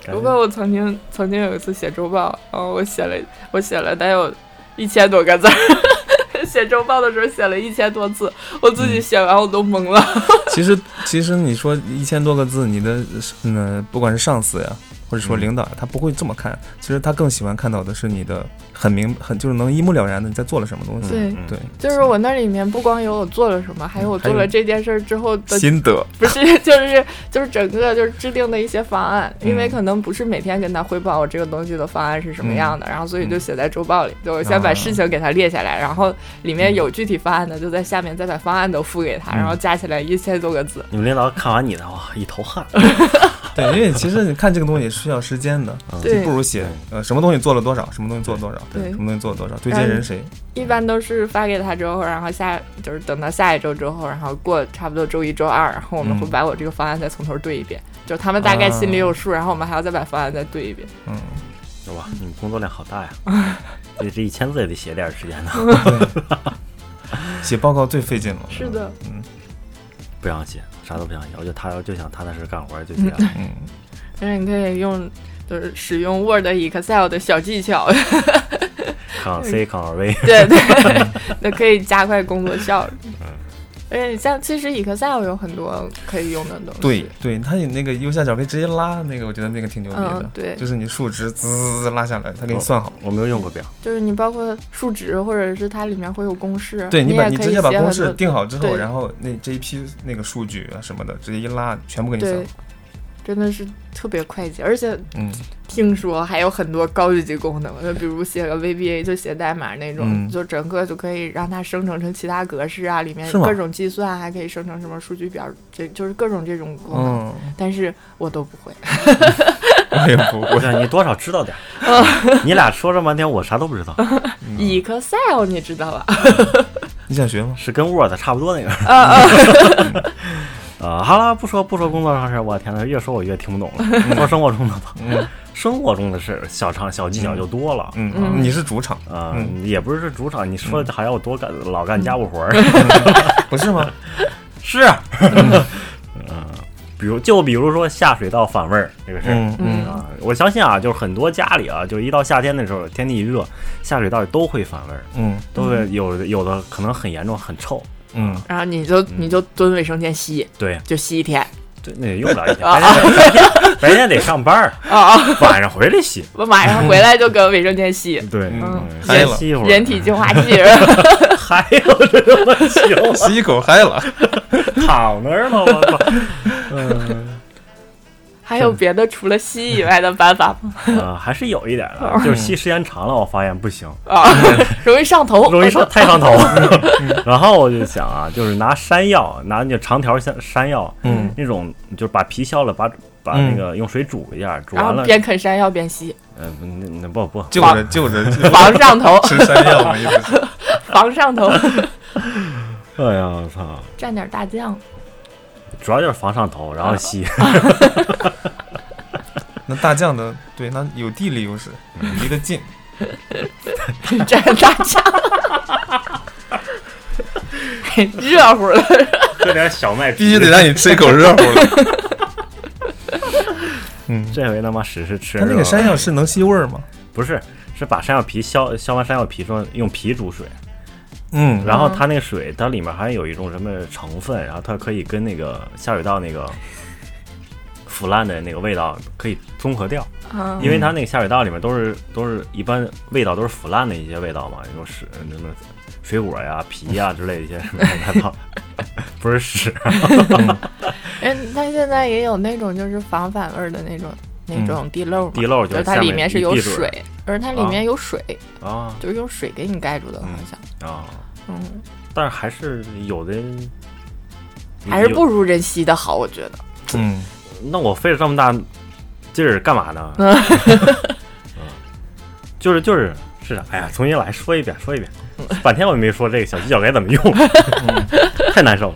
B: 不
A: 觉
B: 过我曾经曾经有一次写周报，然后我写了我写了得有一千多个字儿， 写周报的时候写了一千多字，我自
C: 嗯
B: 己写完我都懵了。
C: 其实其实你说一千多个字，你的嗯，不管是上司呀，或或者说领导，他不会这么看。其实他更喜欢看到的是你的很明很就是能一目了然的你在做了什么东西。
B: 对
A: 嗯
C: 对，
B: 就是我那里面不光有我做了什么，还有我做
C: 还有
B: 了这件事儿之后的
C: 心得，
B: 不是， 就是就是整个就是制定的一些方案，因为
C: 嗯
B: 可能不是每天跟他汇报我这个东西的方案是什么样的，然后所以就写在周报里，就我先把
C: 嗯啊嗯
B: 事情给他列下来，然后里面有具体方案的就在下面再把方案都附给他，然后加起来一千多个字。
A: 你们领导看完你的哇，一头 汗。
C: 对，因为其实你看这个东西是需要时间的，
A: 嗯
B: 对
C: 不如写呃什么东西做了多少，什么东西做了多少，
B: 对
C: 什么东西做了多少，对接人谁，
B: 一般都是发给他之后，然后下就是等到下一周之后，然后过差不多周一周二，然后我们
C: 嗯
B: 会把我这个方案再从头对一遍，就他们大概心里有数，然后我们还要再把方案再对一遍。
C: 嗯，
A: 哇，你们工作量好 大呀！这这一千字也得写点时间呢，
B: 嗯
C: 对，写报告最费劲了，
B: 是的，
C: 嗯
A: 不想写，啥都不想写，我就踏就想踏踏实实干活，就这样。
C: 嗯，
B: 但是你可以用就是使用 Word、Excel 的小技巧，
A: Ctrl C Ctrl V，
B: 对对，那可以加快工作效率。而且你像其实 Excel 有很多可以用的东西，
C: 对对，它有那个右下角可以直接拉，那个我觉得那个挺牛逼的
B: 嗯，哦对
C: 就是你数值滋滋滋拉下来，它给你算好。
A: 我没有用过表，
B: 就是你包括数值或者是它里面会有公式，
C: 对
B: 你
C: 把
B: 也
C: 你
B: 可
C: 直
B: 以
C: 接把
B: 写
C: 公
B: 很
C: 式
B: 多
C: 定好之后，
B: 对
C: 然后那这一批那个数据啊什么的，直接一拉，全部给你算
B: 对
C: 好。，
B: 真的是特别快捷，而且
C: 嗯，
B: 听说还有很多高级功能，就比如写个 VBA 就写代码那种，
C: 嗯
B: 就整个就可以让它生成成其他格式啊，里面
C: 是吗
B: 各种计算啊还可以生成什么数据表，这就是各种这种功能，
C: 嗯，
B: 但是我都不会。
C: 我也不
A: 我
C: 会。
A: 想你多少知道点儿。
B: 哦
A: 你俩说这么半天，我啥都不 知道，嗯
B: Excel 你知道吧？
C: 你想学吗？
A: 是跟 Word 差不多那个。
C: 啊
A: 啊，好了，不说不说工作上事儿，我天呐，越说我越听不懂了。说生活中的吧，
C: 嗯
A: 生活中的事儿，小常小技巧就多了。
C: 嗯，
B: 嗯
C: 你是主场
A: 啊、
C: 嗯
A: 也不是主场，你说的好像我多干、老干家务活儿，
C: 嗯不是吗？
A: 是，嗯、比如就比如说下水道反味儿这个事儿。
C: 嗯嗯，
B: 嗯
A: 啊，我相信啊，就是很多家里啊，就是一到夏天的时候，天气一热，下水道都会反味儿，
C: 嗯
A: 都会有的有的可能很严重，很臭。
C: 嗯，
B: 然后你就你就蹲卫生间吸，
A: 对，
B: 就吸一天
A: 对，那也用不了一天，白天白天得上班儿，
B: 啊！啊
A: 晚上回来洗。
B: 我马上回来就搁卫生 间吸，
A: 对，
C: 嗯嗨
A: 先
C: 了
A: 吸一会儿，
B: 人体净化 器。
A: 嗨了，这都么久，
C: 吸一口嗨 了。
A: 躺那儿了，我操！
B: 还有别的除了吸以外的办法吗？
A: 呃，还是有一点的，就是吸时间长了，我发现不行，
B: 啊，容易上头，
A: 容易上太上头。 然后我就想啊，就是拿山药，拿那长条山山药，
C: 嗯，
A: 那种就是把皮削了，把把
C: 嗯
A: 那个用水煮一下，煮
B: 然
A: 完
B: 后
A: 了，
B: 边啃山药 边吸，
A: 呃，不那那不不，
C: 就着就着就着，
B: 防上头
C: 吃山药嘛，意思是。
B: 防上头，
A: 哎呀，我操，
B: 蘸点大酱。
A: 主要就是防上头，然后 吸，
C: 那大酱的，对，那有地理优势，离得近。
B: 蘸大酱， 热乎了。
A: 喝点小麦
C: 必须得让你吃一口热乎的。 嗯，
A: 这回他妈屎是吃
C: 它那
A: 肉
C: 个山药是能吸味儿吗？
A: 不是，是把山药皮削削完山药皮之后，用皮煮水，
C: 嗯，
A: 然后它那个水它里面还有一种什么成分，然后它可以跟那个下水道那个腐烂的那个味道可以综合掉，
B: 啊
C: 嗯
A: 因为它那个下水道里面都是都是一般味道都是腐烂的一些味道嘛，那种屎什么水果呀、皮呀之类的一些 什么味道，不是屎，
B: 哎，它现在也有那种就是防反味儿的那种那种地漏嘛，
A: 地漏
B: 就
A: 就是
B: 它
A: 下
B: 里
A: 面
B: 面是
A: 一
B: 有
A: 滴水
B: 水，而它里
A: 啊
B: 面有水，
A: 啊
B: 就是用水给你盖住的，好像，
A: 啊，
B: 嗯，
A: 但是还是有的。
B: 还是
A: 有
B: 不如人吸的好，我觉得。
C: 嗯，
A: 那我费了这么大劲儿干嘛呢？ 嗯，就是就是是的，哎呀，重新来说一遍，说一遍，半天我也没说这个小技巧该怎 么用，太难受了。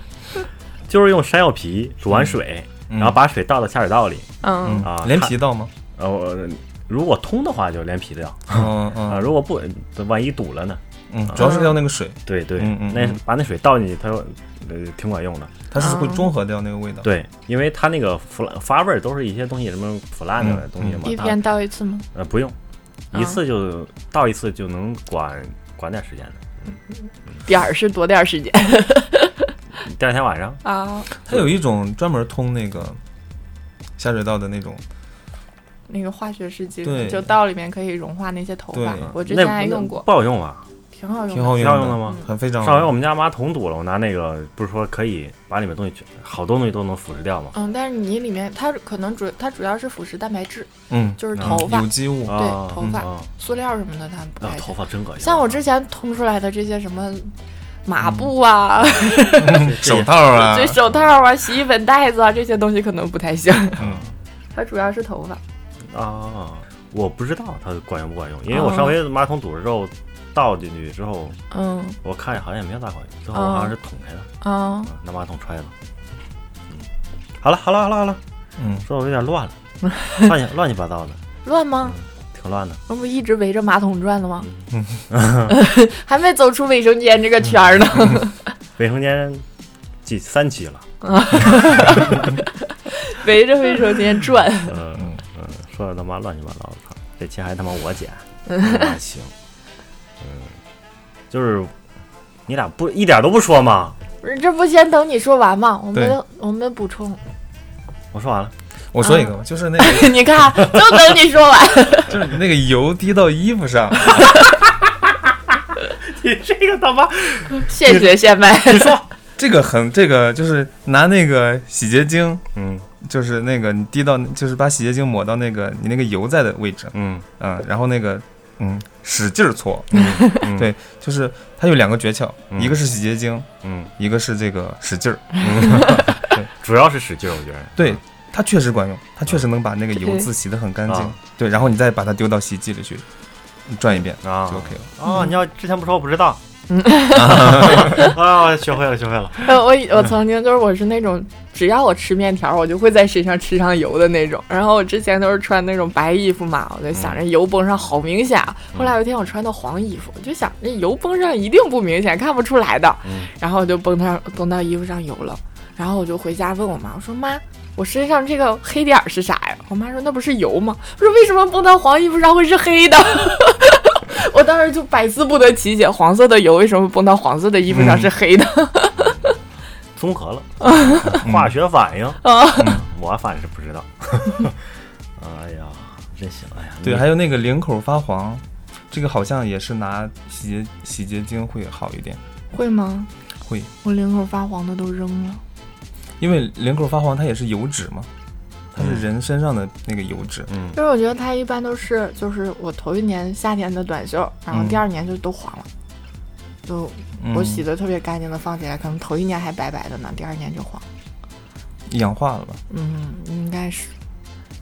A: 就是用山药皮煮完水，
C: 嗯
A: 然后把水倒到下水道里，
B: 嗯，
A: 啊
C: 连皮到 吗？
A: 呃，我如果通的话就连皮掉
C: 嗯
A: 啊、
C: 嗯
A: 如果不，万一堵了呢？
C: 嗯，主要是要那个水，
A: 对对，
C: 嗯嗯
A: 那
C: 嗯
A: 把那水倒进去，它呃挺管用的。
C: 它是会中和掉那个味道。，
A: 对，因为它那个腐烂发味儿都是一些东西，什么腐烂的
C: 嗯
A: 东西嘛，
B: 一
A: 它
B: 天倒一次吗？
A: 呃，不用，一
B: 啊
A: 次就、到一次就能管管点时间的。
B: 点儿是多点儿时 间
A: 第二天晚上，
B: 啊，
C: 它有一种专门通那个下水道的那种
B: 那个化学试剂
C: 对，
B: 就到里面可以融化那些头发
C: 对。
B: 我之
A: 嗯那
B: 前还用
A: 那
B: 过，
A: 不好用啊，
B: 挺好用的。
C: 挺好
A: 挺
C: 用
A: 好用的
C: 的，
A: 吗？
B: 嗯
C: 很非常
A: 上回我
C: 好。
A: 们家妈桶堵了，我拿那个不是说可以把里面东西全好多东西都能腐蚀掉吗？
B: 嗯，但是你里面它可能主它主要是腐蚀蛋白质，
C: 嗯，
B: 就是
A: 嗯
B: 头发、
C: 有机物，
B: 对
A: 啊
B: 头
A: 嗯
B: 发
A: 啊
B: 塑料什么的，它不
A: 啊
B: 太，
A: 头
B: 行。
A: 发真恶心。
B: 像我之前通出来的这些什么马布啊、
C: 手套 啊
B: 这，手套啊、洗衣粉袋子啊这些东西可能不太行。
C: 嗯，
B: 它主要是头发。
A: 啊，我不知道它管用不管用，因为
B: 哦
A: 我上回马桶堵了之后倒进去之后，
B: 嗯
A: 我看好像也没有大管用，最后我好
B: 哦
A: 像是捅开的，
B: 啊，
A: 嗯拿马桶揣的。嗯，好了好了好了好了，
C: 嗯，
A: 说的我有点乱了，乱七乱七八糟的，
B: 乱吗？
A: 挺乱的。
B: 我不一直围着马桶转的吗？
C: 嗯
B: 还没走出卫生间这个圈儿呢。
A: 卫生间几三期了，
B: 围着卫生间转。
A: 嗯
C: 嗯
A: 嗯，说的他妈乱七八糟的，操！这期还他妈我剪，那行，嗯，就是你俩不一点都不说吗？
B: 不是，这不先等你说完吗？我们
C: 对
B: 我们补充。
A: 我说完了，
C: 我说一个吧，就是那个，
B: 你看，就等你说完。
C: 就是那个油滴到衣服上，
A: 你这个他妈
B: 现学现卖。
C: 这个很，这个就是拿那个洗洁精，
A: 嗯
C: 就是那个你滴到，就是把洗洁精抹到那个你那个油在的位置，
A: 嗯
C: 嗯，然后那个，嗯，使劲儿搓，
A: 嗯
C: 对，就是它有两个诀窍，
A: 嗯
C: 一个是洗洁精，
A: 嗯，
C: 一个是这个使劲儿，
A: 主要是使劲儿，我觉得
C: 对，它确实管用，它确实能把那个油渍洗得很干净
A: 啊，
C: 对，然后你再把它丢到洗衣机里去转一遍
A: 啊
C: 就 OK 了。
A: 啊！你要之前不说我不知道
B: 嗯，
A: 啊，学会了学会了，
B: 呃 我我曾经就是我是那种，只要我吃面条，我就会在身上吃上油的那种。然后我之前都是穿那种白衣服嘛，我就想着油崩上好明显啊。后来有一天我穿的黄衣服，我就想那油崩上一定不明显，看不出来的。
A: 嗯
B: 然后我就崩上崩到衣服上油了，然后我就回家问我妈，我说妈。我身上这个黑点儿是啥呀？我妈说那不是油吗？我说为什么崩到黄衣服上会是黑的？ 我当时就百思不得其解，黄色的油为什么崩到黄色的衣服上是黑的？
A: 综合了化学反应
B: 啊
A: 嗯我反正是不知道。 哎呀，真行！哎呀，
C: 对，
A: 你
C: 还有那个领口发黄，这个好像也是拿洗洁洗洁精会好一点，
B: 会吗？
C: 会，
B: 我领口发黄的都扔了。
C: 因为领口发黄它也是油脂嘛，它是人身上的那个油脂。
A: 嗯
B: 就是我觉得它一般都是，就是我头一年夏天的短袖，然后
C: 嗯
B: 第二年就都黄了，就
C: 嗯
B: 我洗的特别干净的放起来，可能头一年还白白的呢，第二年就黄。
C: 氧化了吧？
B: 嗯，应该是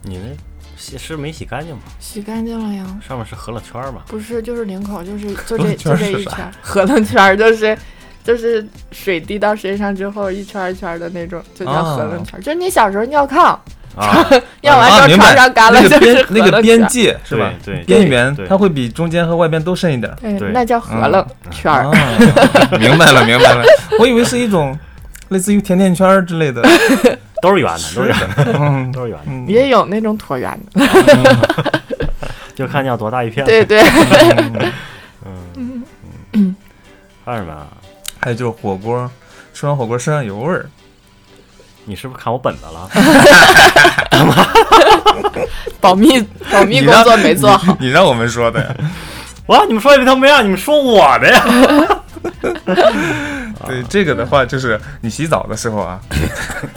A: 你那洗是没洗干净吗？
B: 洗干净了呀。
A: 上面是合了圈儿吗？
B: 不是，就是领口， 就是就这
C: 合拢圈
B: 就
C: 儿
B: 这
C: 是
B: 一
C: 啥
B: 圈儿，合楞圈儿就是就是水滴到身上之后一圈儿一圈儿的那种，就叫合楞圈儿。就是你小时候尿炕，
A: 啊，
B: 尿
C: 啊
B: 完之
C: 哦明
B: 后
C: 白
B: 床上干了
C: 那
B: 就
C: 个
B: 是合楞圈
C: 边
B: 儿。
C: 那个边界是
A: 对
C: 吧？
A: 对，
C: 边缘
A: 对
C: 它会比中间和外边都深一点。
A: 对
B: 对，哎那叫合
C: 嗯
B: 楞圈儿。
C: 啊，明白了，明 白了。我以为是一种类似于甜甜圈儿之类的，
A: 都是圆的，都是圆的，
C: 嗯
A: 都是圆的，
C: 嗯，
B: 也有那种椭圆的，
A: 就看你要多大一片。
B: 对，对，
A: 嗯嗯
B: 嗯，
A: 还有什么啊？
C: 还有就是火锅，吃完火锅身上有味儿，
A: 你是不是看我本子了？
B: 保密保密工作没做好。
C: 你让我们说的呀？
A: 哇，你们说一他没让你们说我的呀？
B: 哦
C: 对这个的话，就是你洗澡的时候啊，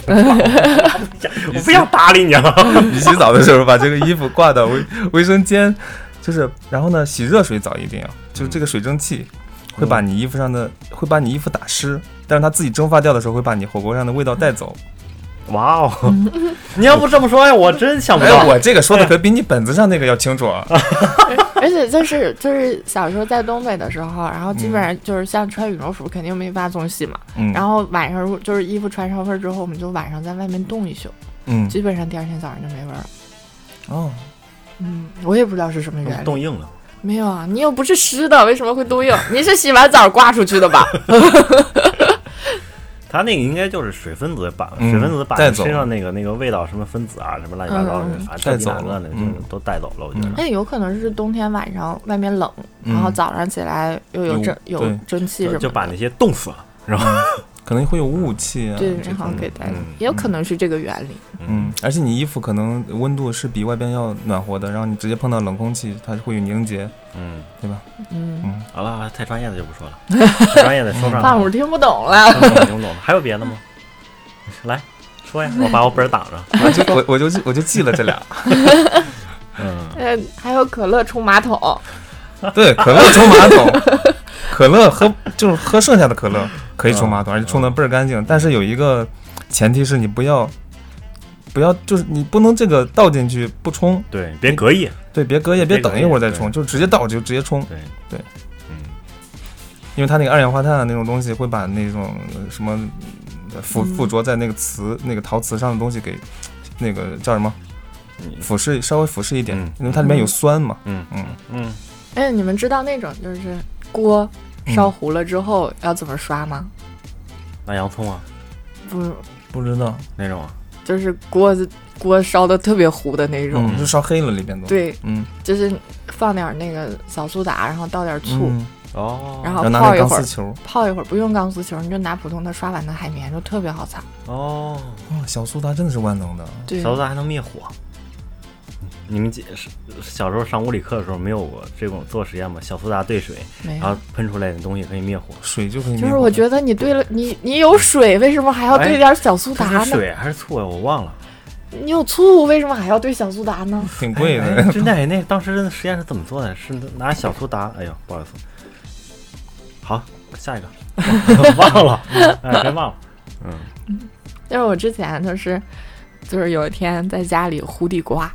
A: 我不想搭理你了。
C: 你洗澡的时候把这个衣服挂到卫卫生间，就是然后呢，洗热水澡一定要，就是这个水蒸气会把你衣服上的会把你衣服打湿，但是它自己蒸发掉的时候会把你火锅上的味道带走。
A: 哇哦， 你要不这么说，哎，我真想不
C: 哎，
A: 到。
C: 我这个说的可比你本子上那个要清楚啊。
B: 而且就是就是小时候在东北的时候，然后基本上就是像穿羽绒服肯定没法总洗嘛，
C: 嗯，
B: 然后晚上如就是衣服穿上味儿之后，我们就晚上在外面冻一宿，
C: 嗯
B: 基本上第二天早上就没味儿了。
C: 哦，
B: 嗯，我也不知道是什么原理。
A: 冻硬了，
B: 没有啊，你又不是湿的，为什么会冻硬？你是洗完澡挂出去的吧？
A: 它那个应该就是水分子把
C: 嗯
A: 水分子把
C: 带
A: 你
C: 走
A: 身上那个那个味道什么分子啊什么乱七八糟的，
B: 嗯
A: 反正
C: 带走
A: 了
C: 了
A: 的
C: 嗯
A: 就都带走了，我觉得。
B: 那哎有可能是冬天晚上外面冷，然后
C: 嗯
B: 早上起来又有
C: 有
B: 蒸有
C: 对
B: 蒸汽什么
A: 就
B: 的，
A: 就把那些冻死了，然后
C: 可能会有雾气啊。
B: 对，
C: 这
B: 然后
C: 种
B: 给大家
A: 嗯，
B: 也有可能是这个原理。
C: 嗯，而且你衣服可能温度是比外边要暖和的，然后你直接碰到冷空气，它会有凝结，
A: 嗯，
C: 对吧？
B: 嗯，
C: 嗯，
A: 好了，太专业的就不说了，太专业的说
C: 啊
A: 不上
B: 胖
A: 来
B: 虎
A: 了，
B: 听不懂了，
A: 懂懂。还有别的吗？来说呀，我把我本儿挡 着。
C: 我就啊我我就记我就记了这俩。
A: 嗯，
B: 呃，还有可乐冲马桶，
C: 对，可乐冲马桶，可乐喝就是喝剩下的可乐可以冲马桶，
A: 嗯
C: 而且冲的倍儿干净。但是有一个前提是你不要，不要就是你不能这个倒进去不冲，
A: 对，别隔夜。
C: 对，别隔夜，别
A: 别隔
C: 等
A: 夜
C: 一会儿再
A: 对
C: 冲，就直接倒就直接冲，
A: 对
C: 对，
A: 嗯，
C: 因为它那个二氧化碳啊那种东西会把那种呃什么呃附附着在那个瓷那个陶瓷上的东西给那个叫什么腐蚀稍微腐蚀一点
A: 嗯，
C: 因为它里面有酸嘛，
A: 嗯
C: 嗯，
A: 嗯，
B: 哎，你们知道那种就是锅烧糊了之后要怎么刷吗？
A: 拿洋葱啊，
B: 不是，
C: 不知道，
A: 那种啊，
B: 就是锅子锅烧的特别糊的那种。
C: 嗯，就烧黑了里面都，，
B: 对，
C: 嗯，
B: 就是放点那个小苏打，然后倒点醋，
C: 嗯
A: 哦，
B: 然
C: 然
B: 后
C: 后拿
B: 啊泡
C: 那
B: 一
C: 钢
B: 会
C: 丝
B: 儿，
C: 球，
B: 泡一会儿不用钢丝球，你就拿普通的刷碗的海绵，就特别好擦。
A: 哦，
C: 哦，小苏打真的是万能的，
B: 对，
A: 小苏打还能灭火。你们记是小时候上物理课的时候没有过这种做实验吗？小苏打兑水，
B: 没
A: 然
B: 有
A: 后。喷出来的东西可以灭火。
C: 水就可以灭火。
B: 就是我觉得你兑了你你有水，为什么还要
A: 哎
B: 兑点小苏
A: 这
B: 打
A: 是
B: 呢？
A: 水还是醋啊？我忘了。
B: 你有醋，为什么还要兑小苏打呢？
C: 挺贵的，
A: 哎真的，那当时实验是怎么做的？是拿小苏打，哎呦，不好意思。好，下一个，忘了，哎，真忘了。嗯，
B: 就是我之前就是，就是有一天在家里烀地瓜，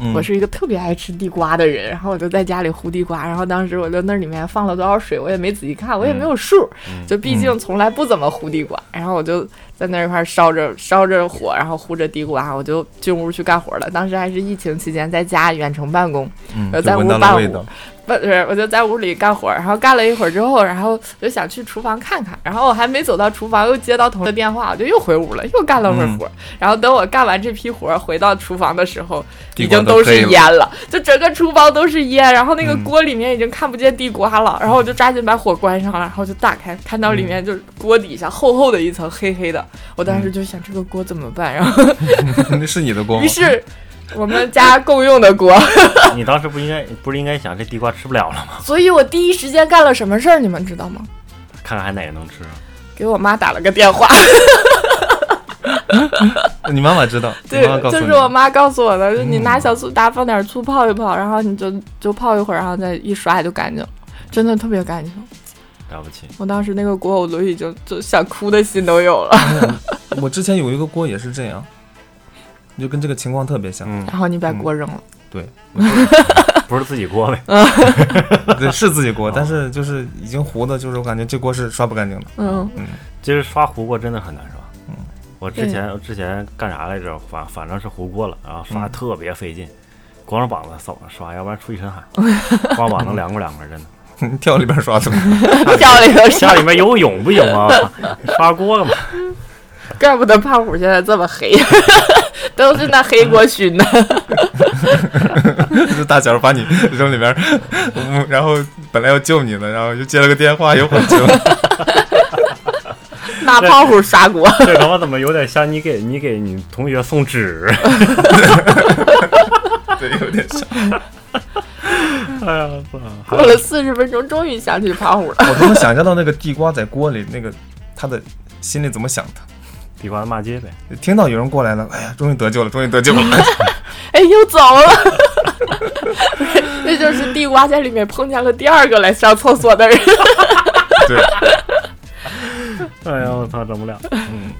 C: 嗯
B: 我是一个特别爱吃地瓜的人，然后我就在家里烀地瓜，然后当时我就那里面放了多少水，我也没仔细看，我也没有数，
A: 嗯
B: 就毕竟从来不怎么烀地瓜，然后我就在那块儿烧着烧着火，然后烀着地瓜，我就进屋去干活了。当时还是疫情期间，在家远程办公，
C: 嗯
B: 呃
C: 就
B: 在
C: 闻
B: 屋
C: 到了
B: 伴
C: 味
B: 舞
C: 道，
B: 不是，我就在屋里干活，然后干了一会儿之后，然后就想去厨房看看，然后我还没走到厨房，又接到同事的电话，我就又回屋了，又干了会儿活。然后等我干完这批活儿，回到厨房的时候，
C: 地
B: 已
C: 瓜
B: 经都是
C: 黑了
B: 烟了，就整个厨房都是烟，然后那个锅里面已经看不见地瓜了。然后我就抓紧把火关上了，然后就打开，看到里面就是锅底下厚厚的一层黑黑的，我当时就想这个锅怎么办？然后
C: 那 是你的锅吗
B: 于？是我们家共用的锅。
A: 你当时不应该不是应该想这地瓜吃不了了吗？
B: 所以我第一时间干了什么事儿，你们知道吗？
A: 看看还哪个能吃。
B: 给我妈打了个电话，
C: 你妈妈知道，你
B: 对
C: 妈妈，告诉
B: 就
C: 你嗯
B: 是我妈告诉我的，就你拿小苏打放点醋泡一泡，然后你就就泡一会儿，然后再一刷就干净，真的特别干净。
A: 了不起，
B: 我当时那个锅我都已经就想哭的心都有了。
C: 我之前有一个锅也是这样，就跟这个情况特别像。
A: 嗯，
B: 然后你把锅扔了，
C: 对，
A: 不是自己锅呗？
C: 对，是自己锅，
A: 哦
C: 但是就是已经糊的，就是我感觉这锅是刷不干净的。
B: 嗯，
A: 其实刷糊锅真的很难刷。
C: 嗯，
A: 我之前我之前干啥来着？反反正是糊锅了，然后刷
C: 嗯
A: 特别费劲，光着膀子扫着刷，要不然出一身 汗。光着膀子凉快凉快，真的。
C: 跳里边刷的，
B: 掉了一个
A: 家
B: 勺，
A: 里面游泳不行 吗？刷锅干嘛？
B: 怪不得胖虎现在这么黑， 都是那黑锅熏 的。
C: 就大脚把你扔里边， 嗯然后本来要救你的，然后又接了个电话，又回去了。
B: 拿胖虎刷锅，
A: 这他妈怎么有点像你给你给你同学送 纸？
C: 对，有点像。
A: 哎呀，我
B: 过了四十分钟，终于想起胖虎了。
C: 我都能想象到那个地瓜在锅里，那个他的心里怎么想的。
A: 地瓜骂街呗。
C: 听到有人过来了，哎呀，终于得救了，终于得救了。
B: 哎，又走了。 这就是地瓜在里面碰见了第二个来上厕所的人。
C: 对，
A: 哎呀，我操，整 不了。
C: 嗯，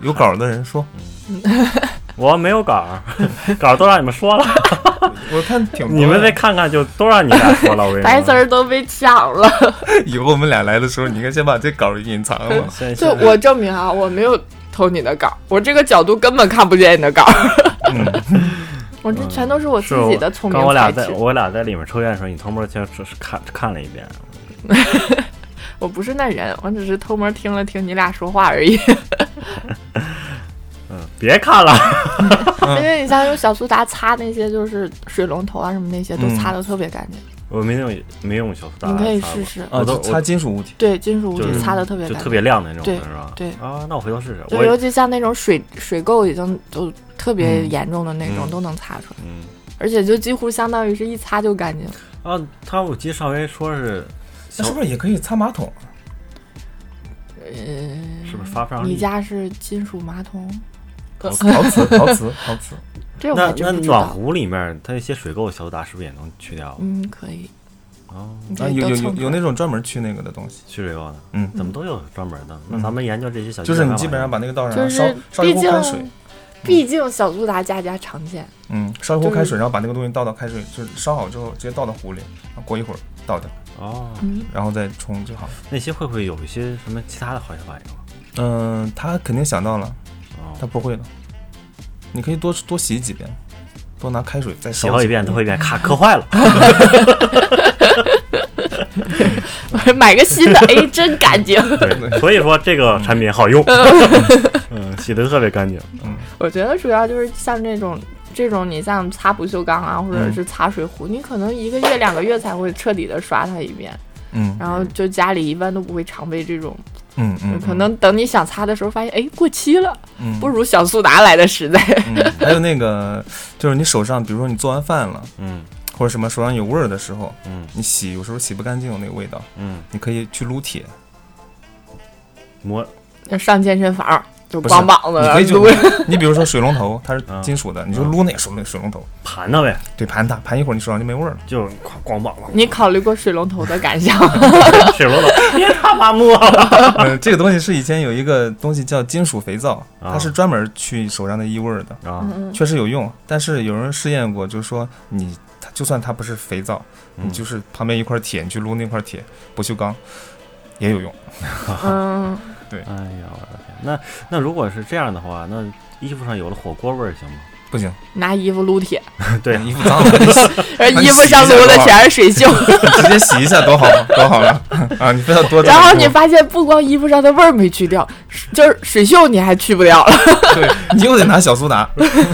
C: 有稿的人说，
A: 我没有稿儿，稿儿都让你们说 了，
C: 我看挺多的
A: 你们再看看就都让你俩说了。我跟你
B: 白词
A: 说，
B: 儿都被抢了。
C: 以后我们俩来的时候，你应该先把这稿隐藏了。
A: 现
B: 就
A: 现
B: 我证明啊，我没有偷你的稿，我这个角度根本看不见你的稿。 我这全都是我自
A: 嗯是我
B: 己的聪
A: 刚我
B: 明
A: 俩
B: 才
A: 在
B: 智，
A: 我俩在里面抽烟的时候，你偷摸先是看看了一遍。
B: 我不是那人，我只是偷摸听了听你俩说话而已。
A: 嗯，别看了。嗯
B: 因为你像用小苏打擦那些就是水龙头啊什么那些，都
C: 嗯
B: 擦的特别干净。
A: 我没用没用小苏打，
B: 你可以试。试。
C: 啊，
A: 我都
C: 就擦金属物体，
B: 对，金属物
A: 就
B: 体
A: 是
B: 擦的特别
A: 就
B: 干
A: 特
B: 净，
A: 别亮的那种
B: 对
A: 的是吧？
B: 对
A: 啊，那我回头试试。
B: 就
A: 我
B: 尤
A: 也
B: 其像那种水水垢已经就特别严重的那种
A: 嗯
B: 都能擦出来，
A: 嗯
B: 而且就几乎相当于是一擦就干净。
A: 啊，他我记得上回说是小
C: 那是不是也可以擦马桶？啊
B: 呃，
A: 是不是发不上
B: 你
A: 力？
B: 家是金属马桶？
C: 陶瓷，陶瓷，陶瓷，陶瓷。
B: 这我
A: 那
B: 还真
A: 那
B: 不知
A: 暖
B: 道。
A: 壶里面它那些水垢小苏打是不是也能去掉？啊
B: 嗯，可以，
A: 哦，
B: 你
C: 啊，
B: 可以
C: 有
B: 都
C: 有
B: 蹭
C: 有
B: 出
C: 有
B: 来
C: 那种专门去那个的东西，
A: 去水垢的，
C: 嗯
A: 怎么都有专门的。那
C: 嗯
A: 咱们研究这些小技巧
C: 就是
A: 干嘛
C: 你
A: 呀，
C: 基本上把那个倒上，然
B: 就
C: 后
B: 是
C: 烧啊烧一
B: 毕
C: 壶
B: 竟
C: 开水，
B: 毕竟小苏打家家常见，
C: 嗯，烧一壶
B: 就是
C: 开水，然后把那个东西倒到开水，就是烧好之后直接倒到壶里，然后过一会儿倒掉，
A: 哦，
B: 嗯，
C: 然后再冲就好了。
A: 那些会不会有一些什么其他的化学反应啊？
C: 嗯，他肯定想到了，他
A: 哦，
C: 不会的。你可以多多洗几遍，多拿开水再
A: 洗
C: 烧
A: 好
C: 几
A: 几遍，它会变，咔磕坏了。
B: 买个新 的，哎，真干净。
A: 对，所以说这个产品 好用，嗯，洗的特别干净。
B: 我觉得主要就是像这种这种，你像擦不锈钢啊，或
C: 嗯
B: 者是擦水壶，你可能一个月两个月才会彻底的刷它一遍，
C: 嗯
B: 然后就家里一般都不会常备这种，
C: 嗯嗯，
B: 可能等你想擦的时候发现，哎，过期了，
C: 嗯
B: 不如小苏打来的实在。
C: 嗯，还有那个就是你手上，比如说你做完饭了
A: 嗯
C: 或者什么手上有味儿的时候，
A: 嗯
C: 你洗有时候洗不干净有那个味道，
A: 嗯，
C: 你可以去撸 铁，
A: 磨
B: 上健身房就
C: 不是
B: 光膀子
C: 你可以就
B: 啊撸，
C: 你比如说水龙头它是
A: 嗯
C: 金属的，你就撸那个水龙水龙头，
A: 盘它呗，
C: 对盘它盘一会儿你手上就没 味儿了。
A: 就是哐咣膀 了，
B: 你考虑过水龙头的 感想吗？
A: 水龙头，别他妈摸了。
C: 嗯，这个东西是以前有一个东西叫金属肥皂，
A: 啊
C: 它是专门去手上的异味儿的，
A: 啊，
B: 嗯
C: 确实有用。但是有人试验过，就是说你它就算它不是肥皂，你就是是旁边一块铁，你去撸那块铁，不锈钢也有用。
B: 嗯，
A: 哎呀，我的天，那那如果是这样的话，那衣服上有了火锅味儿行吗？
C: 不行，
B: 拿衣服撸 铁，
A: 对
C: 衣服脏了， 你洗
B: 而
C: 那你
B: 哎衣服上撸的全是 水锈，
C: 直接洗一下多好，多好了啊！ 你不要多这么多。
B: 然后你发现不光衣服上的味儿没去掉， 就是水锈你还去不掉了。
C: 对，你又得拿小苏打，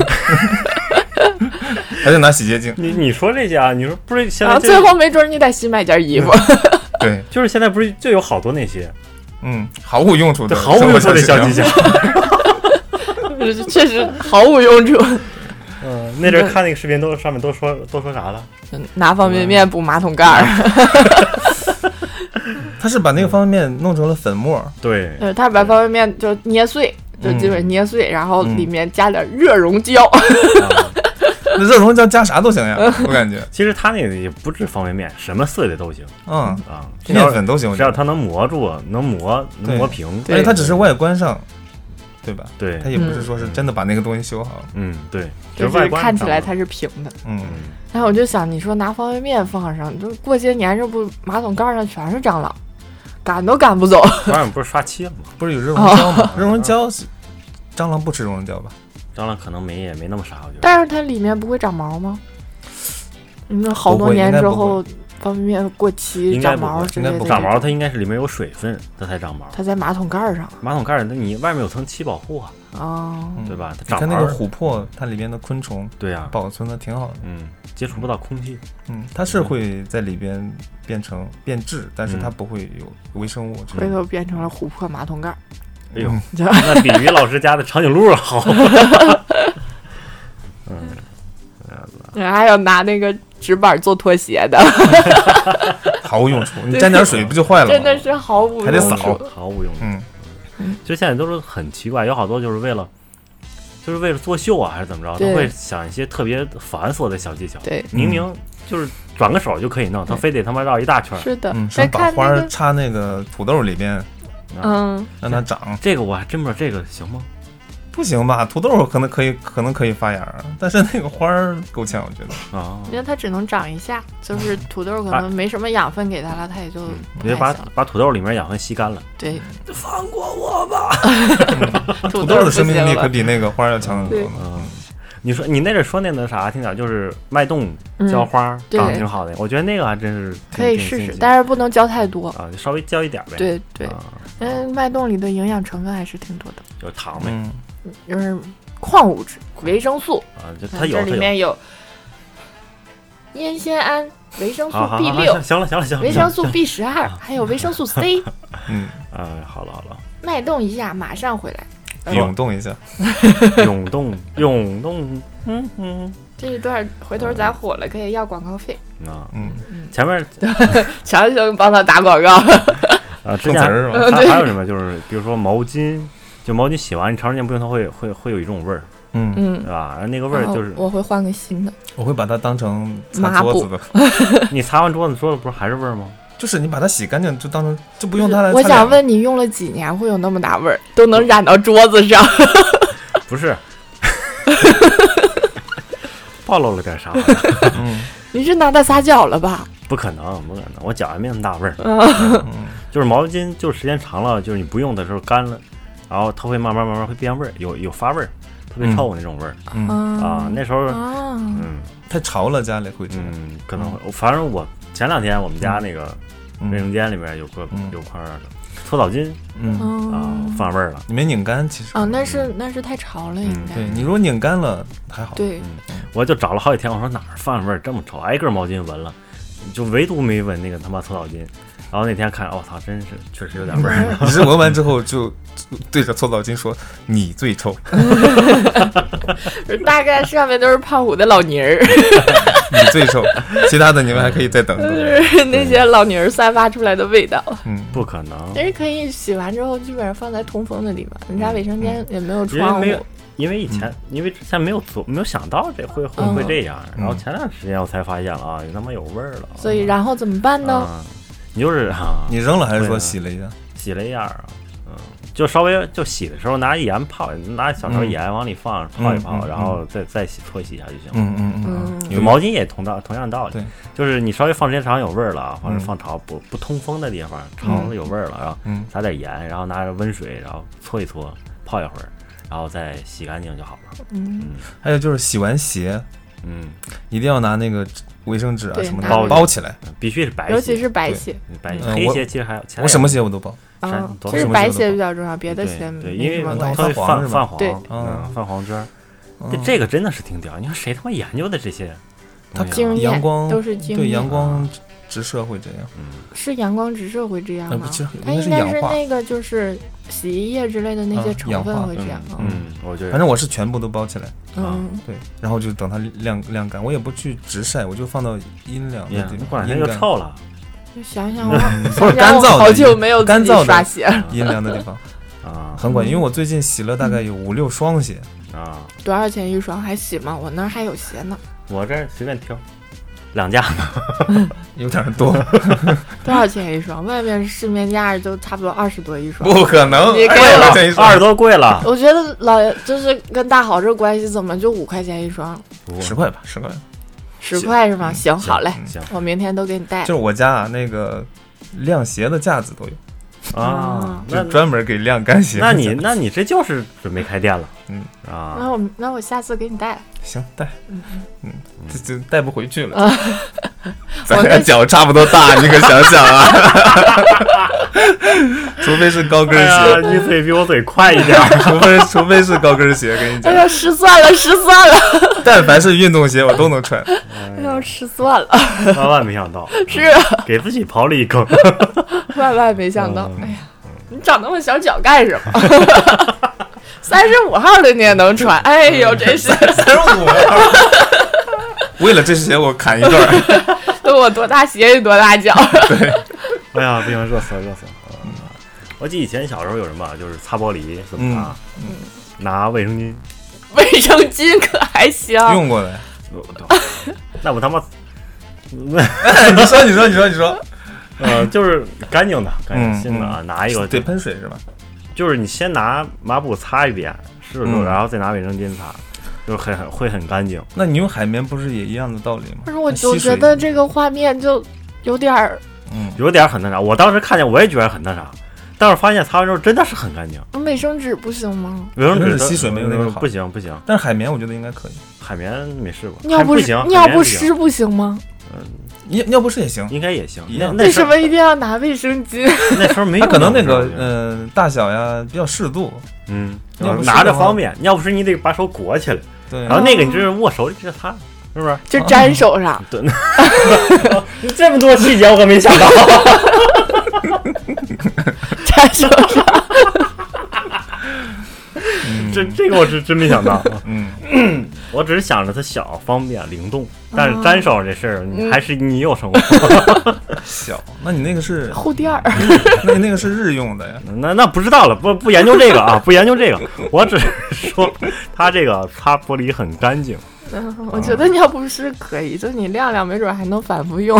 C: 还得拿洗洁精。
A: 你你说这些啊，你说不是现
B: 然
A: 在
B: 后
A: 这
B: 最后没准你得新买件 衣服。
C: 对，
A: 就是现在不是就有好多那些
C: 嗯，毫无用处
A: 这
C: 的，
A: 毫无用处的小技巧。
B: 确实毫无用处。
A: 嗯，那阵儿看那个视频都上面都说都说啥了？
B: 拿方便面补马桶盖儿，
C: 他是把那个方便面弄成了粉末，
A: 对，
B: 对，他把方便面就捏碎，就基本捏碎，然后里面加点热熔胶，
A: 啊
C: 那热熔胶加啥都行呀，我感觉，
A: 其实他那个也不止方便面，什么碎的都行
C: 嗯，
A: 啊，只要
C: 面粉都行，我
A: 只
C: 觉
A: 要
C: 得
A: 它能磨住，能磨能
C: 对
A: 磨平，
C: 而且它只是外观上，对吧？
A: 对
C: 它，也不是说是真的把那个东西修好了，
A: 嗯对，
B: 就
A: 外
B: 是
A: 观
B: 看起
A: 上
B: 来它是平的。
C: 嗯，
B: 然后我就想，你说拿方便面放上，就过些年这不马桶盖上全是蟑螂，赶都赶不走。
A: 外面不是刷漆了吗？
C: 不是有热
B: 哦
C: 熔胶吗？ 热熔胶是，蟑螂不吃热熔胶吧？
A: 蟑螂可能没也没那么傻，我觉得。
B: 但是它里面不会长毛吗？嗯，好
C: 不
B: 多
C: 会
B: 年
C: 应该
B: 之
C: 不会
B: 后，方便面过期
A: 应该
B: 长
A: 不
B: 毛
A: 会
B: 之
C: 应该
B: 类的，
C: 不会
A: 长毛它应该是里面有水分，它才长毛。
B: 它在马桶盖儿上
A: 马桶盖儿，那你外面有层漆保护啊，
B: 啊。
C: 嗯
A: 对吧？它
C: 你
A: 长
C: 看
A: 毛
C: 那个
A: 儿，
C: 琥珀，它里边的昆虫
A: 对呀，
C: 保存的挺好的，
A: 嗯，接触不到空气，
C: 嗯，它是会在里边变成变质，但是它不会有微生物之类
B: 回
C: 的。
B: 头变成了琥珀马桶盖儿。
A: 哎呦
C: 嗯，
A: 那比于老师家的长颈鹿好。嗯，
C: 嗯
B: 还有拿那个纸板做拖鞋的，
C: 毫无用处，你沾点水不就坏了
B: 真的
C: 吗？
B: 是毫无
C: 还得
B: 用
C: 扫
B: 处。
A: 毫无用处。
C: 嗯，
A: 就现在都是很奇怪，有好多就是为了，就是为了作秀啊，还是怎么着，
B: 对
A: 他会想一些特别繁琐的小技巧，
B: 对，
A: 明明就是转个手就可以弄，他
B: 嗯对
A: 非得他妈绕一大圈儿。
B: 是的
C: 嗯，。
B: 再
C: 说把
B: 看
C: 花
B: 那
C: 儿
B: 个，
C: 插那个土豆里边，
A: 啊，
B: 嗯，
C: 让它长，
A: 这个我还真不知道这个行吗？
C: 不行吧？土豆可能可以，可能可以发芽儿，但是那个花儿够呛，我觉得。
A: 啊，
B: 因为它只能长一下，就是土豆可能没什么养分给它了，它也就
C: 嗯
A: 嗯
B: 不
A: 你就
B: 太
A: 把
B: 行了。
A: 把土豆里面养分吸干了。
B: 对，
A: 放过我吧。
B: 土
C: 土
B: 豆
C: 豆
B: 不
C: 的生命
B: 行
C: 力
B: 了
C: 可比那个花儿要强很多呢。
A: 嗯，你说你那阵说那那啥，听点就是脉动
B: 嗯
A: 浇花儿
B: 对
A: 长得挺好的，我觉得那个还真是挺
B: 可以
A: 挺
B: 试
A: 新
B: 试，
A: 奇
B: 但是不能浇太多。
A: 啊，就稍微浇一点儿呗。
B: 对对，
A: 啊，
B: 因为脉动里的营养成分还是挺多的，
A: 有糖呗
C: 嗯，
B: 就是矿物质、维生素，
A: 啊，就
B: 嗯
A: 它有
B: 这
A: 它
B: 里
A: 有
B: 面有烟酰胺、维生素
A: 好好
B: B
A: 好，
B: 六
A: 行、行了行了行了，啊
B: 维生
A: 素
B: 素 B 十二，还有维生 素 C。
C: 嗯，
A: 啊，好了好了，
B: 脉动一下，马上回来。嗯
C: 涌动一下，
A: 涌动涌动，嗯嗯
B: 这一段回头咱火了可以要广告费，
A: 啊，
C: 嗯，
A: 前面
B: 强行帮他打广告。
A: 啊，之
C: 碰
A: 前
C: 瓷儿是吧？呃
A: 还还有什么？就是比如说毛巾，就毛巾洗完你长时间不用，它会会会有一种味儿，
C: 嗯，
B: 嗯
A: 对，吧？然后那个味
B: 然
A: 儿
B: 后
A: 就是
C: 哦
B: 我会换个新的。
C: 我会把它当成擦
B: 抹布
C: 桌子的，
A: 你擦完桌子，桌子不是还是味儿吗？
C: 就是你把它洗干净，就当成就不用它来擦
B: 我
C: 脸。
B: 想问你用了几年会有那么大味儿，都能染到桌子上？
A: 不 是，暴露了点啥？
C: 嗯，
B: 你是拿它撒脚了吧？
A: 不可能，不可能，我脚还没那么大味儿。
C: 嗯，
A: 就是毛巾，就是时间长了，就是你不用的时候干了，然后它会慢慢慢慢会变味儿，有有发味儿，特别
C: 嗯
A: 臭那种味儿、
C: 嗯，
A: 啊
B: 啊。
A: 那时候，
B: 啊，
A: 嗯
C: 太潮了，家里会这样。
A: 嗯，可能会，反正我前两天我们家那个卫
C: 嗯
A: 生间里面有个、
C: 嗯
A: 有块儿搓澡巾
C: 嗯，
A: 啊
B: 哦，
A: 放味儿了。
C: 你没拧干，其实
B: 啊，那是那是太潮了，应该
C: 对
A: 嗯
C: 你如果拧干了还好。
B: 对。
A: 我就找了好几天，我说哪儿饭味儿这么臭，挨个毛巾闻了，就唯独没闻那个他妈搓澡巾。然后那天看，我、哦操，真是确实有点味
B: 嗯
A: 儿。
C: 你是闻完之后就就对着搓澡巾说：“你最臭，
B: 大概上面都是胖虎的老泥 儿，
C: 你最臭， 其他的你们还可以再等
B: 就
C: 等。
B: 是 那些老泥儿散发出来的味道。”
C: 嗯，
A: 不可能，
B: 但是可以洗完之后，基本上放在通风的地方。人家卫生间也没
A: 嗯
B: 有
A: 因为
B: 窗
A: 没
B: 户
A: 有，，因为以前、因为之前没有做，没有想到这会会
B: 嗯
A: 会这样。
C: 嗯
A: 然后前段时间我才发现了啊，他妈有味儿了。
B: 所以然后怎么办呢？
A: 嗯啊，你就是啊，
C: 你扔了还是
A: 对
C: 说
A: 啊
C: 洗了一下？
A: 洗了一下啊，嗯，就稍微就洗的时候拿盐泡，拿小勺盐往里放、泡一泡，
C: 嗯嗯
A: 然后再再洗搓洗一下就行了。
C: 嗯嗯嗯
B: 嗯
C: 嗯，
A: 就
C: 有
A: 毛巾也同道同样道理
C: 对，
A: 就是你稍微放时间长有味儿了啊，或者
C: 嗯
A: 放潮不不通风的地方，潮了有味儿了，然后
C: 嗯
A: 撒点盐，然后拿着温水，然后搓一搓，泡一会儿，然后再洗干净就好了。
B: 嗯，
C: 还有就是洗完鞋
A: 嗯，
C: 一定要拿那个卫生纸啊
B: 对
C: 什么的
A: 拿着
C: 包起来。
A: 必须是白鞋，
B: 尤其是白鞋
A: 白鞋
C: 嗯
A: 黑
C: 我
A: 鞋，其实还有前
C: 我什么鞋我都包，
A: 山
B: 啊，
A: 多
B: 其实
C: 什么
B: 白
C: 鞋都
B: 鞋
C: 好
B: 比较重要，别的鞋
A: 对对，
B: 没
A: 因
B: 什
A: 为
B: 么
C: 它
A: 它会
B: 关系。
C: 泛黄
A: 泛
C: 是吧
A: 泛黄，
B: 对
A: 嗯，泛黄圈儿。这
C: 嗯
A: 这个真的是挺屌，你看谁他妈研究的这些
C: 它
A: 东西啊？
B: 经
C: 阳
B: 验
C: 光
B: 都是经
C: 对
B: 验
C: 阳光直射会这样。
A: 嗯，
B: 是阳光直射会这样
C: 呃
B: 吗
C: 不是？
B: 它
C: 应该
B: 应
C: 是
B: 该
C: 氧
B: 是
C: 化
B: 那个就是洗衣液之类的那些
C: 啊
B: 成
C: 氧
B: 分
C: 化
B: 会这样。
A: 嗯，嗯我觉得
C: 反正我是全部都包起来，
B: 嗯，
C: 对，然后就等它晾晾干。我也不去直晒，我就放到阴凉的
A: 呀
C: 地
A: 你
C: 方，
A: 管它
C: 阴
A: 就
C: 凉
A: 臭了
B: 就想 想我，
C: 不
B: 想
C: 是干
B: 想我
C: 燥的
B: 好久没有自
C: 干
B: 己
C: 燥的
B: 刷鞋了，
C: 阴凉的地 方
A: 啊
C: 很管用。因为我最近洗了大概有五六双鞋，
A: 啊！
B: 多少钱一双？还洗吗？我那儿还有鞋呢，
A: 我这儿随便挑，两家
C: 有点 多，
B: 多少钱一双？外面市面价都差不多二十多一双。
C: 不可能，
B: 你给
C: 哎
B: 我
C: 呀这一双
A: 二十多贵了，
B: 我觉得老爷就是跟大好这关系，怎么就五块钱一双？
C: 十块吧，十块。
B: 十块是吗？行，好嘞，
A: 行
B: 我明天都给你带
C: 嗯就是。我家啊，那个晾鞋的架子都
A: 啊
C: 有，
B: 啊，
A: 那
C: 就专门给晾干鞋的
A: 那
C: 架
A: 你
C: 子。
A: 那你这就是准备开店了，
C: 嗯
A: 啊
B: 那我那我下次给你带。
C: 行带，
B: 嗯
C: 嗯，啊这这带不回去了。
B: 我
C: 咱
B: 那
C: 俩脚差不多大，你可想想啊， 除非是高
B: 哎
C: 跟鞋，
A: 你嘴比我嘴快一 点，
C: 除非除非是高跟鞋，跟你
B: 哎
C: 讲，
B: 呀，失算了，失算了，
C: 但凡是运动鞋我都能 穿。
B: 哎呦，失算了，
A: 万万没想到，
B: 是啊
A: 给自己刨了一 坑。
B: 万万没想到。
C: 嗯
B: 哎呀，你长那么小脚干什么？ 三十五号的你也能穿？哎
C: 嗯
B: 呦，真是
C: 三十五， 为了这鞋我砍一段儿。
B: 我多大鞋有多大脚。
A: 哎呀，不行，热死了，热死了。嗯我记得以前小时候有什么，就是擦玻璃怎
C: 嗯
A: 么擦，拿卫生巾。
B: 卫生巾可还行，
C: 用过来，
A: 我操呃 那我他妈，
C: 哎你说你说你说你说，
A: 呃，就是干净的，干
C: 嗯
A: 净新的啊，拿一个
C: 得喷水是吧？
A: 就是你先拿抹布擦一遍，湿了之后，
C: 嗯
A: 然后再拿卫生巾擦，就是很很会很干净。
C: 那你用海绵不是也一样的道理吗？
B: 但是我
C: 它
B: 就
C: 吸水
B: 觉得这个画面就有点儿
C: 嗯，
A: 有点很那啥，我当时看见我也觉得很那啥，但是发现擦完之后真的是很干净。
B: 卫生纸不行吗？
A: 卫生
C: 可能
A: 纸
C: 是吸水没有那个好
A: 呃不行不行，
C: 但是海绵我觉得应该可以，
A: 海绵没试过，
B: 尿
A: 还
B: 不
A: 不行，
B: 尿
A: 海绵
B: 不
A: 不行，
B: 湿不行吗？
C: 尿尿不湿也行。
A: 应该也行。
C: 一
A: 那
C: 样
A: 那
B: 为
A: 时
B: 什
A: 候
B: 么一定要拿卫生 巾？
A: 那时候没有
C: 它
A: 尿不湿？
C: 可能那个
A: 我觉得
C: 呃大小呀比较适度，
A: 嗯，
C: 尿不湿
A: 拿着
C: 的话嗯
A: 方便，尿不湿你得把手裹起来，
C: 对啊
A: 啊然，后那个你就是握手里直接擦，是不是？
B: 就粘手上，
A: 这么多细节我可没想到。
C: 嗯
B: 粘手上，
A: 这这个我是真没想到，
C: 嗯，
A: 我只是想着它小、方便、灵动，但是粘手这事儿，你
B: 嗯
A: 还是你有生活。
C: 小，那你那个是，
B: 护垫 儿。
C: 那你那个是日用的呀？
A: 那那不知道了，不不研究这个啊，不研究这个，我只是说它这个擦玻璃很干净。
B: 嗯我觉得尿不湿可以，就你晾晾，没准还能反复用。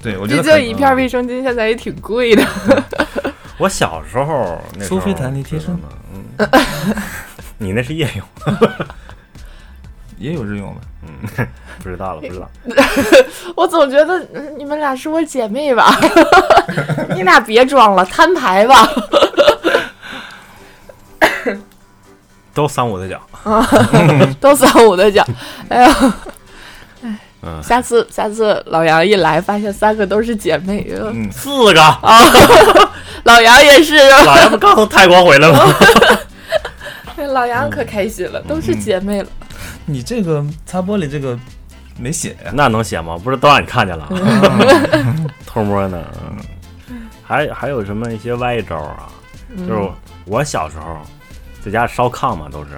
C: 对，我
B: 毕
C: 觉得
B: 竟
C: 可以嗯
B: 一片卫生巾现在也挺贵的。
A: 我小时候那时候
C: 苏菲弹力贴身
A: 知道吗，嗯，你那是夜用，
C: 也有日用的，
A: 不知道了，不知道。
B: 我总觉得嗯你们俩是我姐妹吧？ 你俩别装了，摊牌吧。
A: 都三五的脚，
B: 都三五的奖，哎呀，
A: 嗯
B: 哎，下次下次老杨一来，发现三个都是姐妹，呃
C: 嗯，
A: 四个，
B: 老杨也是，啊
A: 老爷们刚从泰国回来吗？
B: 哎 老杨
A: 嗯
B: 可开心了，都是姐妹了。
C: 你这个擦玻璃这个没写呀？
A: 那能写吗？不是都让你看见了，啊偷摸呢。嗯还还有什么一些歪招啊？
B: 嗯
A: 就是我小时候在家烧炕嘛，都是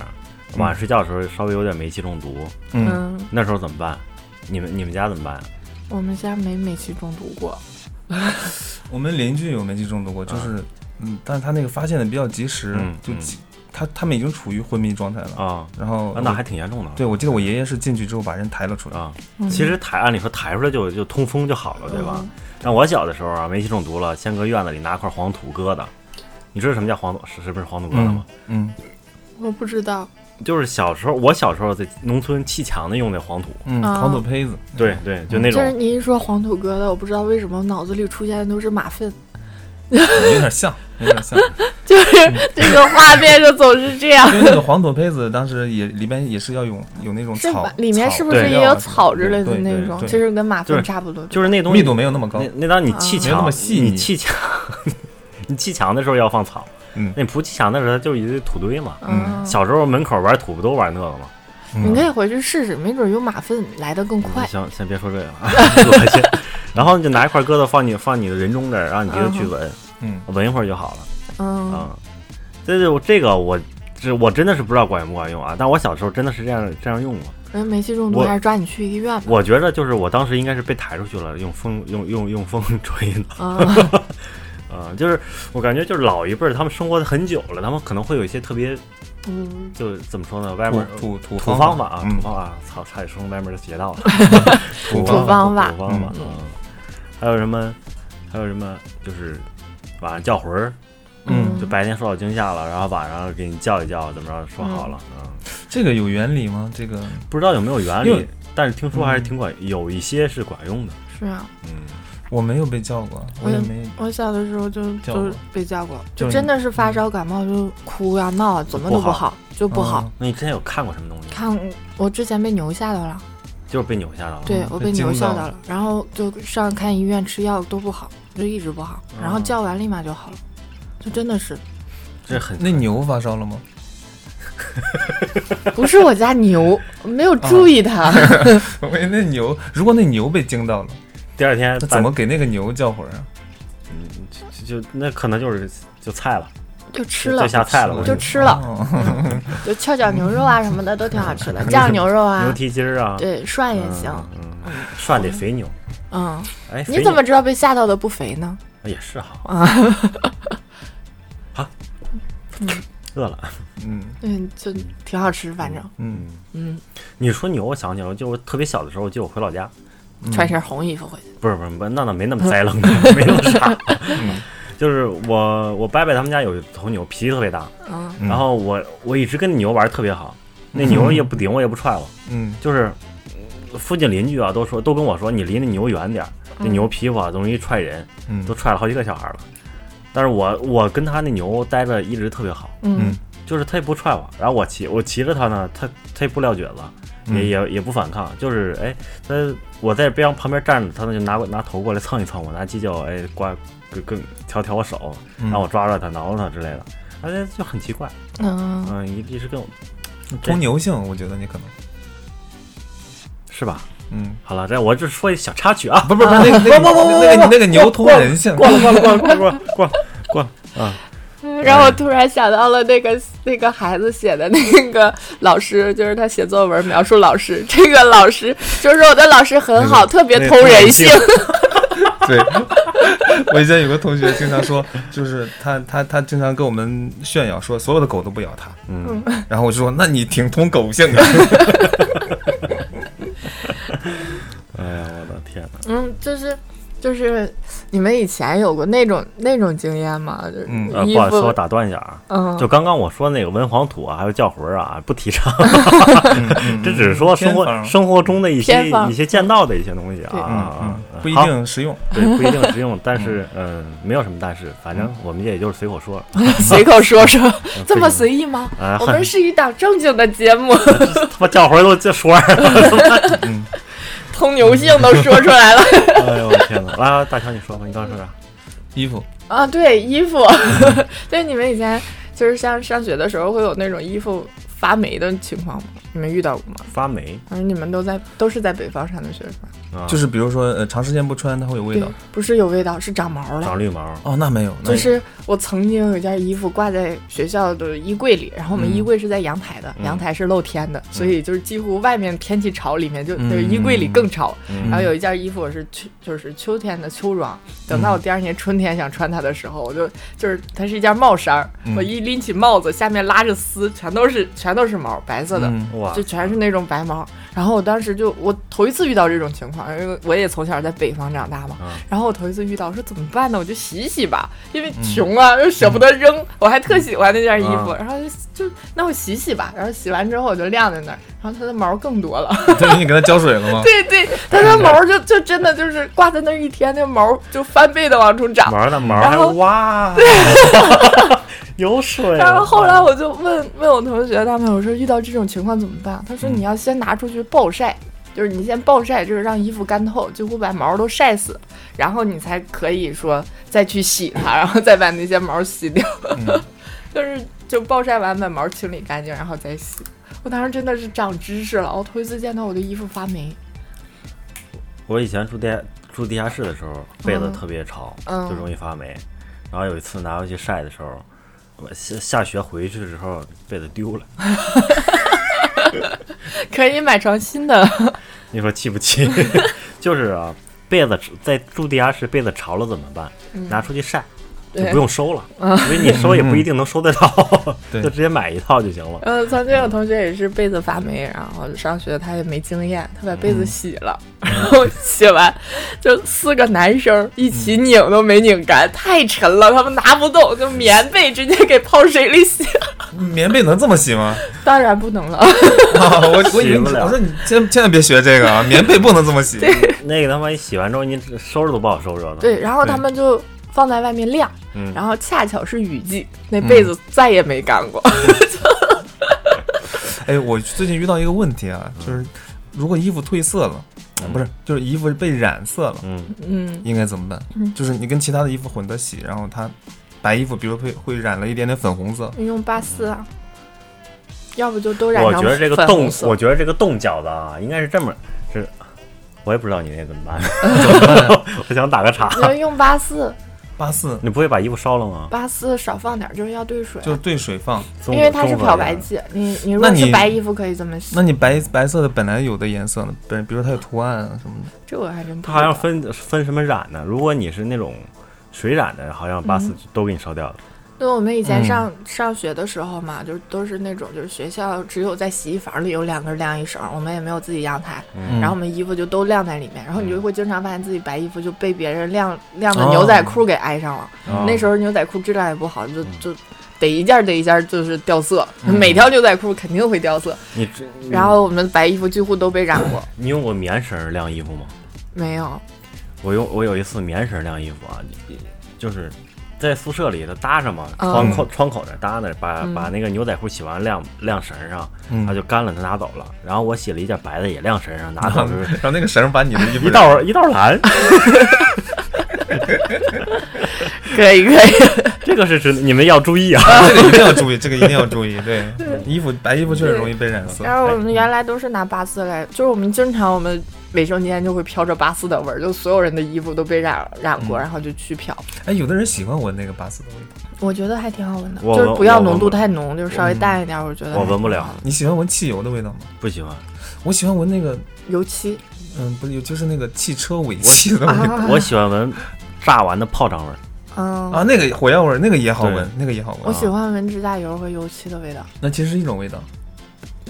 A: 晚上睡觉的时候稍微有点煤气中毒，
C: 嗯，
B: 嗯，
A: 那时候怎么办？你们你们家怎么办？
B: 我们家没煤气中毒过，
C: 我们邻居有煤气中毒过，就是，嗯，但是他那个发现的比较及时
A: 啊嗯，
C: 就
A: 嗯
C: 几他他们已经处于昏迷状态了，
A: 啊，
C: 然后
A: 啊那还挺严重的。
C: 对，我记得我爷爷是进去之后把人抬了出来，
A: 啊，
B: 嗯
A: 其实抬按理说抬出来就就通风就好了，对吧？但我小的时候啊，煤气中毒了，先搁院子里拿块黄土疙瘩。你知道什么叫黄土是是不是黄土疙瘩吗？
C: 嗯
B: 我不知道。
A: 就是小时候，我小时候在农村砌墙的用那黄土，
C: 嗯，
B: 啊
C: 黄土坯子，
A: 对对，就那
B: 就
A: 种
B: 是您一说黄土疙瘩，我不知道为什么脑子里出现的都是马粪，
C: 有点像，有点像，
B: 就是
A: 嗯
B: 这个画面就总是这样。
C: 因为那个黄土坯子当时也里边也是要有有那种
B: 是
C: 草
B: 吧，？里面是不
A: 对
B: 是也有草
C: 草料
B: 之
C: 啊
B: 类的
C: 对对
B: 那
C: 对
B: 种？
C: 对
B: 就是跟马
A: 就是
B: 粪差不多。
A: 就是那东西
C: 密度没有那么高
A: 那，那当你砌
B: 啊
A: 墙，
C: 没那么细腻
A: 你砌墙， 你砌墙的时候要放草。
C: 嗯
A: 那你不砌墙的时候，它就是一堆土堆嘛。
B: 嗯，
A: 小时候门口玩土不都玩那个吗？
B: 你
C: 嗯
B: 可以回去试试，没准有马粪来的更快。
A: 行，先别说这个， 恶心。然后你就拿一块疙瘩放你放你的人中这儿，让你鼻子去闻，
C: 嗯，
A: 闻一会儿就好了。
B: 嗯，
A: 啊，这就这个我这我真的是不知道管用不管用啊，但我小时候真的是这样这样用过。
B: 人煤气中毒
A: 我
B: 还是抓你去医院吧。
A: 我觉得就是我当时应该是被抬出去了，用风用用用风 吹的
B: 嗯，
A: 啊、就是我感觉就是老一辈儿他们生活的很久了，他们可能会有一些特别
B: 嗯
A: 就是怎么说呢，外面
C: 土土土
A: 土方
C: 方
A: 法啊，
C: 嗯
A: 土方法啊，操，差点说成外面的邪道了，
C: 土
B: 土
C: 法，
B: 方法
A: 土方法，
B: 嗯
A: 嗯，还有什么还有什么就是晚上叫魂儿，
C: 嗯
A: 就白天受到惊吓了，然后晚上给你叫一叫，怎么着说好了，嗯。
C: 这个有原理吗？这个
A: 不知道有没有原
C: 因
A: 理
C: 为，
A: 但是听说还是挺管，嗯有一些是管用的。
B: 是啊，
A: 嗯，
C: 我没有被叫过，我
B: 我
C: 也
B: 也
C: 没
B: 我小的时候就
C: 叫过
B: 就被叫过，
C: 就
B: 就是真的是发烧感冒就哭呀闹啊，怎么都
A: 不
B: 不
A: 好
B: 好，就不
C: 嗯
B: 好。。
A: 那你之前有看过什么东西？
B: 看我之前被牛吓到了，
A: 就是被扭吓着了。
B: 对
C: 嗯
B: 我
C: 被
B: 被牛
C: 惊
B: 吓
C: 到
B: 到
C: 了
B: 了，然后就上看医院吃药都不好，就一直不好，然后
A: 嗯
B: 叫完立马就好了，就真的是
A: 这很
C: 那牛发烧了吗？
B: 不是我家 牛，没有注意它。
A: 啊
C: 喂，那牛，如果那牛被 惊到了，
A: 第二天
C: 那怎么给那个牛叫魂啊？
A: 咱就就那可能就是就菜了，
B: 就吃
A: 就
B: 了，
A: 下菜了，我
B: 就
A: 觉
B: 吃了，
C: 哦
B: 就翘脚牛肉啊什么的都挺好吃 的，酱牛肉
A: 得牛
B: 啊，
A: 蹄筋儿啊，
B: 对，涮也
A: 嗯
B: 行。，
A: 嗯，涮得肥牛。
B: 嗯，
A: 哎，肥
B: 你
A: 牛
B: 怎么知道被吓到的不肥呢？
A: 也是哈？
B: 啊，
A: 饿了。
C: 嗯
B: 嗯，就挺好吃，反正，
C: 嗯，
B: 嗯，
A: 你说牛，我想起来了，就我特别小的时候，就我回老家，
C: 嗯
B: 穿身红衣服回去，
A: 不是不是，那倒没那么栽愣， 没那么傻。
C: 嗯
A: 就是我我伯伯他们家有一头牛，脾气特别大，
B: 嗯
C: 嗯
A: 然后我我一直跟牛玩的特别好，那牛也不顶我也不踹我，
C: 嗯
A: 就是呃附近邻居啊都说都跟我说你离那牛远点儿，那
B: 嗯
A: 牛皮肤啊容易踹人，
C: 嗯
A: 都踹了好几个小孩了。但是我我跟他那牛待着一直特别好，
B: 嗯
A: 就是他也不踹我，然后我骑我骑着它呢，它它也不撂蹶子，也、
C: 嗯
A: 也也不反抗，就是哎，它我在边上旁边站着，它呢就拿过拿头过来蹭一蹭我，拿犄角哎刮跟跟挑挑我手，
C: 嗯
A: 让我抓抓它挠挠它之类的，而且就很奇怪，
B: 嗯，
A: 嗯，一一直跟我
C: 通牛性，我觉得你可能
A: 是吧？
C: 嗯，
A: 好了，这我就说一小插曲 啊，
C: 不不不，那个那个那个那个牛通人性，
A: 过了过了过了过了过了过了过了啊！
B: 嗯让我突然想到了那个那个孩子写的那个老师，就是他写作文描述老师，这个老师 就是说我的老师很好，特别
A: 那
B: 通
A: 通人
B: 人
A: 性
B: 性。
C: 对，我以前有个同学经常说，就是他他他经常跟我们炫耀说，所有的狗都不咬他。
A: 嗯，
C: 然后我就说，那你挺通狗性的。
A: 哎呀，我的天哪！
B: 嗯，就是就是你们以前有过那种那种经验吗？就是
C: 嗯
A: 呃，
B: 衣
A: 不好意思，我
B: 服，
A: 打断一下啊，
B: 嗯，
A: 就刚刚我说那个文黄土啊，还有教魂儿啊，不提倡，
C: 嗯嗯
A: 这只是说生
C: 偏
A: 活
C: 方
A: 生活中的一些
B: 偏方嗯
A: 一些见到的一些东西啊
B: 对
A: 啊，
C: 嗯
A: 啊
C: 嗯，不一
A: 好
C: 定实用。
A: 对，不一定 实用，但是嗯，没有什么但是，反正我们也就是随 口说，
B: 随口说说，
A: 嗯
B: 这么
A: 随
B: 随意吗？
A: 口啊，
B: 我
A: 很
B: 们是一档正经的 节目，
A: 他妈教魂儿都这说儿了，
B: 通牛性都说出 来了
A: 哎呦我天 哪！来，来大强你说吧，你刚才说啥？
C: 衣服，
B: 啊！对，衣服，对，你们以
A: 嗯
B: 前 就是像上学的时候会有那种衣服发霉的情况吗？你们遇到过吗？
A: 发霉
B: 反正你们都在都是在北方上的学吧？
A: 啊，
C: 就是比如说呃，长时间不穿它会有味
B: 对
C: 道。，
B: 不是有味道，是长毛了
A: 长。绿毛，
C: 哦，那没有，那
B: 就
C: 没有
B: 是我曾经有一件衣服挂在学校的衣柜里，然后我们
C: 嗯
B: 衣柜是在阳台的，
A: 嗯
B: 阳台是露天的，所以就是几乎外面天气潮，里面就
C: 嗯
B: 就是衣柜里更潮。
A: 嗯
B: 然后有一件衣服我是秋，就是秋天的秋装，
C: 嗯
B: 等到我第二年春天想穿它的时候，我就就是它是一件帽衫儿，
C: 嗯
B: 我一拎起帽子，下面拉着丝，全都是全都是毛，白色的。
C: 嗯
A: 哇
B: 就，全是那种白毛。然后我当时就我头一次遇到这种情况，因为我也从小在北方长大嘛。
A: 嗯
B: 然后我头一次遇到，我说怎么办呢？我就洗一洗吧，因为穷啊，又舍不得扔。我还特喜欢那件衣服，然后就就那我洗洗吧。然后洗完之后我就晾在那儿，然后它的毛更多 了。
C: 对你给它浇水了吗？
B: 对对，它的毛就就真的就是挂在那儿一天，那毛就翻倍的往出长。
A: 毛呢？毛
B: 然
A: 还
B: 后
A: 哇，有水啊了。
B: 然后后
A: 嗯
B: 来我就问问我同学他们，我说遇到这种情况怎么办？他说你要先拿出去暴晒，就是你先暴晒，就是让衣服干透，几乎把毛都晒死，然后你才可以说再去洗它，然后再把那些毛洗掉，
C: 嗯
B: 就是就暴晒完把毛清理干净，然后再洗。我当时真的是长知识了，我头一次见到我的衣服发霉。
A: 我以前住地下住地下室的时候，被子特别潮，
B: 嗯
A: 就容易发霉。然后有一次拿回去晒的时候，我下下学回去之后被子丢了，
B: 可以买床新的，
A: 你说气不气？ 就是啊，被子在住地下室，被子潮了怎么办？拿出去晒。就
B: 嗯对嗯
A: 不用收了，因为你收也不一定能收得到，
C: 对
A: 就直接买一套就行 了。
B: 嗯，曾经有同学也是被子发霉，然后上学他也没经验，他把被子洗了，然后洗完就四个男生一起拧都没拧干，太沉了，他们拿不动，就棉被直接给泡水里洗，
C: 棉被能这么洗吗？
B: 当然不能了，
C: 啊，我我以为
A: 洗不了
C: 我说你千千万别学这个啊，棉被不能这么洗。
A: 那个他妈一洗完之后，你收拾都不好收拾了。
B: 对，然后他们就放在外面晾，
A: 嗯
B: 然后恰巧是雨季，那被子再也没干过，
C: 哎，我最近遇到一个问题啊，就是如果衣服褪色了，
A: 嗯
C: 不是，就是衣服被染色了，
A: 嗯，
B: 嗯
C: 应该怎么办？就是你跟其他的衣服混着洗，然后它白衣服，比如会会染了一点点粉红色。
B: 用八四啊，要不就都染
A: 我
B: 成
A: 觉得这个
B: 粉
A: 冻
B: 红，色
A: 我觉得这个冻饺子啊，应该是这么是，我也不知道你那怎么 办，我想打个岔。
B: 因为用八四，
C: 八
B: 嗯
C: 四
A: 你不会把衣服烧了吗？
B: 八四少放点儿，就是要兑水。
C: 就是兑水放，
A: 中
B: 因为它是漂白。
A: 中
B: 剂，你你如
C: 那
B: 果是
C: 你
B: 白衣服可以这么洗
C: 那，你白白色的本来有的颜色呢，本比如它有图案啊什么的，
B: 这我还真
A: 国
B: 不
A: 人它好像
B: 知
A: 分
B: 道
A: 分什么染呢？如果你是那种水染的，好像
B: 嗯
A: 八四都给你烧掉了。
B: 对，我们以前
C: 嗯
B: 上、上学的时候嘛，就是都是那种就是学校只有在洗衣房里有两根晾衣绳，我们也没有自己阳台，
A: 嗯
B: 然后我们衣服就都晾在里面，然后你就会经常发现自己白衣服就被别人晾晾的牛仔裤给挨上了。
A: 哦
B: 那时候牛仔裤质量也不好，就就得一件儿得一件儿就是掉色，
C: 嗯
B: 每条牛仔裤肯定会掉色。
A: 你这你
B: 然后我们白衣服几乎都被染过，
A: 你用过棉绳儿晾衣服吗？
B: 没有，
A: 我用我有一次棉绳晾衣服啊，就是在宿舍里头搭着嘛，
B: 嗯
A: 窗口、窗口那搭那，把、
B: 嗯
A: 把那个牛仔裤洗完晾晾绳上，
C: 嗯
A: 它就干了，它拿走了。然后我洗了一件白的也晾绳上，拿走就是
C: 然后那个绳儿把你的衣服
A: 一道一道蓝，
B: 可以可以，
A: 这个是指你们要注意啊。
C: 这个一定要注意，这个一定要注意。对，衣服白衣服确实容易被染色。
B: 然后我
A: 嗯
B: 们原来都是拿八四来，就是我们经常我们卫生间就会飘着八四的味儿，就所有人的衣服都被染染过，
C: 嗯
B: 然后就去漂。
C: 哎，有的人喜欢闻那个八四的味道，
B: 我觉得还挺好闻的，
A: 我
B: 就是不要
A: 我
B: 浓度
A: 我
B: 太浓，就是稍微
C: 我
B: 淡一点，我觉得
A: 嗯我
B: 还
A: 闻不
B: 挺
A: 了
B: 好的
C: 你喜欢闻汽油的味道吗？
A: 不喜欢，
C: 我喜欢闻那个，
B: 油漆
C: 嗯，不是，就是那个汽车尾气的味道
B: 啊，
A: 我喜欢闻炸完的炮仗味儿。
B: 嗯
C: 啊，那个火药味儿，那个也好闻
A: 对，
C: 那个也好闻。
B: 我喜欢闻指甲油和油漆的味道，
C: 那其实是一种味道，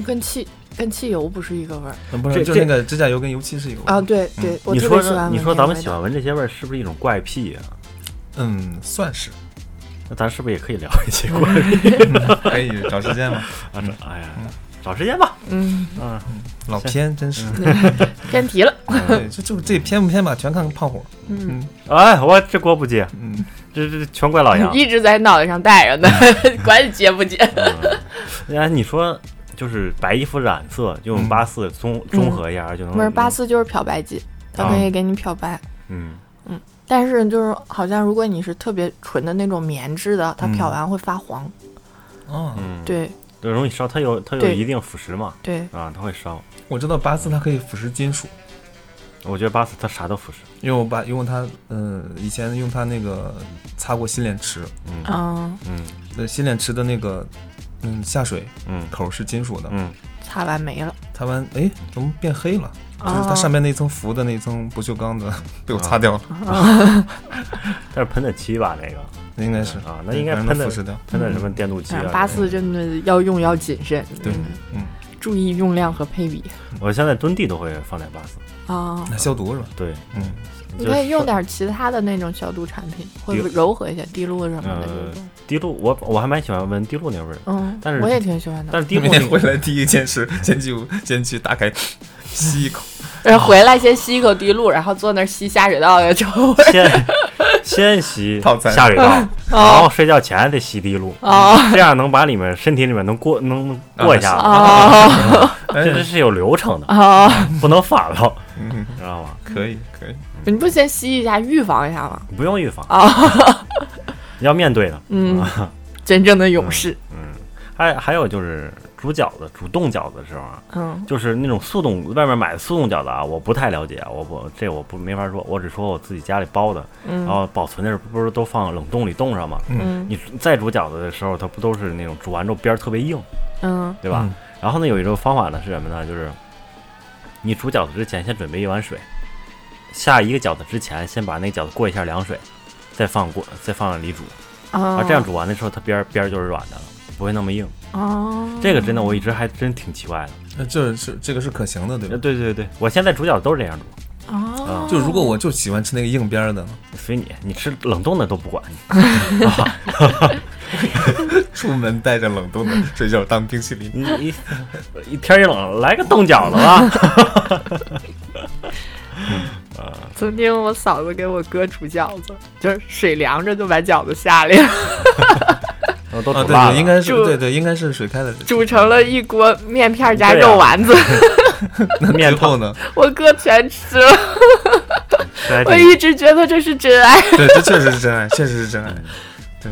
B: 跟汽跟汽油不是一个味儿
C: 嗯不
A: 这
C: 是，就是那个指甲油跟油漆是一个味道
B: 啊。。对对，我
A: 嗯你
B: 特
A: 说
B: 别喜欢闻
A: 你说
B: 那个
A: 咱们
B: 味
A: 喜
B: 道
A: 欢闻这些味儿，是不是一种怪癖啊？
C: 嗯，算是
A: 那咱是不是也可以聊一期怪癖
C: 可以找时间嘛。
A: 啊？这哎呀，找时间吧。
B: 嗯
A: 嗯，
C: 老偏真是，
B: 偏题 了，
C: 对，这就这偏不偏吧，全看胖虎。
B: 嗯，
A: 哎，我这锅不接，
C: 嗯，
A: 这这全怪老杨。
B: 一直在脑袋上带着 呢，管你接不接？
A: 嗯，哎，你说就是白衣服染色，就用
C: 嗯
A: 八四综综合一下就能。
B: 不是八，四就是漂白剂，
A: 啊
B: 它可以给你漂白。
A: 嗯，
B: 但是就是好像如果你是特别纯的那种棉质的，它
C: 嗯
B: 漂完会发黄。
C: 哦，
A: 嗯，
B: 对
A: 对，容易烧，它有它有
B: 对
A: 一定腐蚀嘛，
B: 对，
A: 啊，它会烧。
C: 我知道八四它可以腐蚀金属，
A: 我觉得八四它啥都腐蚀，
C: 因为我把用它，嗯、以前用它那个擦过洗脸池，
A: 嗯
B: 嗯，
A: 嗯
C: 呃，洗脸池的那个，嗯，下水
A: 嗯
C: 口是金属的，
A: 嗯，
B: 擦完没了。
C: 擦完，哎，怎么变黑了？就是
B: 哦
C: 它上面那层浮的那层不锈钢的 被我擦掉
A: 哦
C: 了，
A: 但是喷的漆吧那个
C: 那应该是
A: 啊那应该
C: 让它
A: 喷的
C: 腐蚀掉。
A: 喷的什么电镀漆啊。
B: 哎八四真的要用要谨慎，
C: 对
B: 嗯，
C: 嗯，
B: 注意用量和配比
A: 我现在蹲地都会放点八四，
B: 啊。
C: 那消毒是吧？
A: 对，
C: 嗯，
B: 你
A: 就
B: 可
A: 是
B: 以用
A: 说
B: 点其他的那种消毒产品，会
A: 滴
B: 柔和一些，滴露什么的
A: 呃
B: 这种。
A: 滴露，我我还蛮喜欢闻滴露那味儿的，
B: 嗯，
A: 但是
B: 我也挺喜欢的。
A: 但是滴露
C: 明天
A: 那
C: 回
A: 个
C: 来第一件事，先去先去打开吸 一口，
B: 然后呃回来先吸一口滴露，然后坐那儿吸下水道的臭 味儿。
A: 先先洗
C: 套餐
A: 下水道，然后
B: 哦
A: 睡觉前得吸滴露，
B: 哦
A: 这样能把里面身体里面能过能过一下子，啊
B: 哦
C: 哎
A: 这，啊是有流程的，
B: 哦！
A: 不能反了，
C: 嗯，
A: 知道吗？
C: 可以可以，
B: 你不先吸一下，预防一下吗？
A: 不用预防
B: 啊，
A: 要面对的。
B: 嗯，
A: 啊
B: 真正的勇士，
A: 嗯，还还有就是煮饺子、煮冻饺子的时候啊，
B: 嗯
A: 就是那种速冻，外面买的速冻饺子啊，我不太了解，我不这我不没法说，我只说我自己家里包的，然
B: 嗯
A: 后保存的时候不是都放冷冻里冻上吗？
B: 嗯
A: 你再煮饺子的时候，它不都是那种煮完之后边儿特别硬，
B: 嗯
A: 对吧？
C: 嗯
A: 然后呢，有一种方法呢是什么呢？就是你煮饺子之前先准备一碗水，下一个饺子之前先把那饺子过一下凉水，再放过再放里煮，
B: 啊
A: 啊，这样煮完的时候它边儿边儿就是软的了，不会那么硬。
B: 哦，
A: 这个真的我一直还真挺奇怪的。
C: 那这是这个是可行的，对吧
A: 呃？对对对，我现在煮饺子都是这样煮，
B: 哦，
C: 嗯就如果我就喜欢吃那个硬边儿的，
A: 随你，你吃冷冻的都不管你。
C: 出门带着冷冻 的水饺当冰淇淋。
A: 你一 一天一冷，来个冻饺子 吧。
B: 曾经我嫂子给我哥煮饺子，就是水凉着就把饺子下来了，
A: 我都
C: 啊，
A: 煮
C: 对
A: 辣了，
C: 对，应该是
B: 就
C: 对对，应该是水开的。
B: 煮成了一锅面片加
A: 对啊
B: 肉丸子，
C: 那
A: 面
C: 最
A: 汤
C: 后呢？
B: 我哥全吃了。
A: 吃来
C: 哎
B: 我
A: 这
B: 一直觉得这是真爱。
C: 对，这确实是真爱，确实是真爱。对，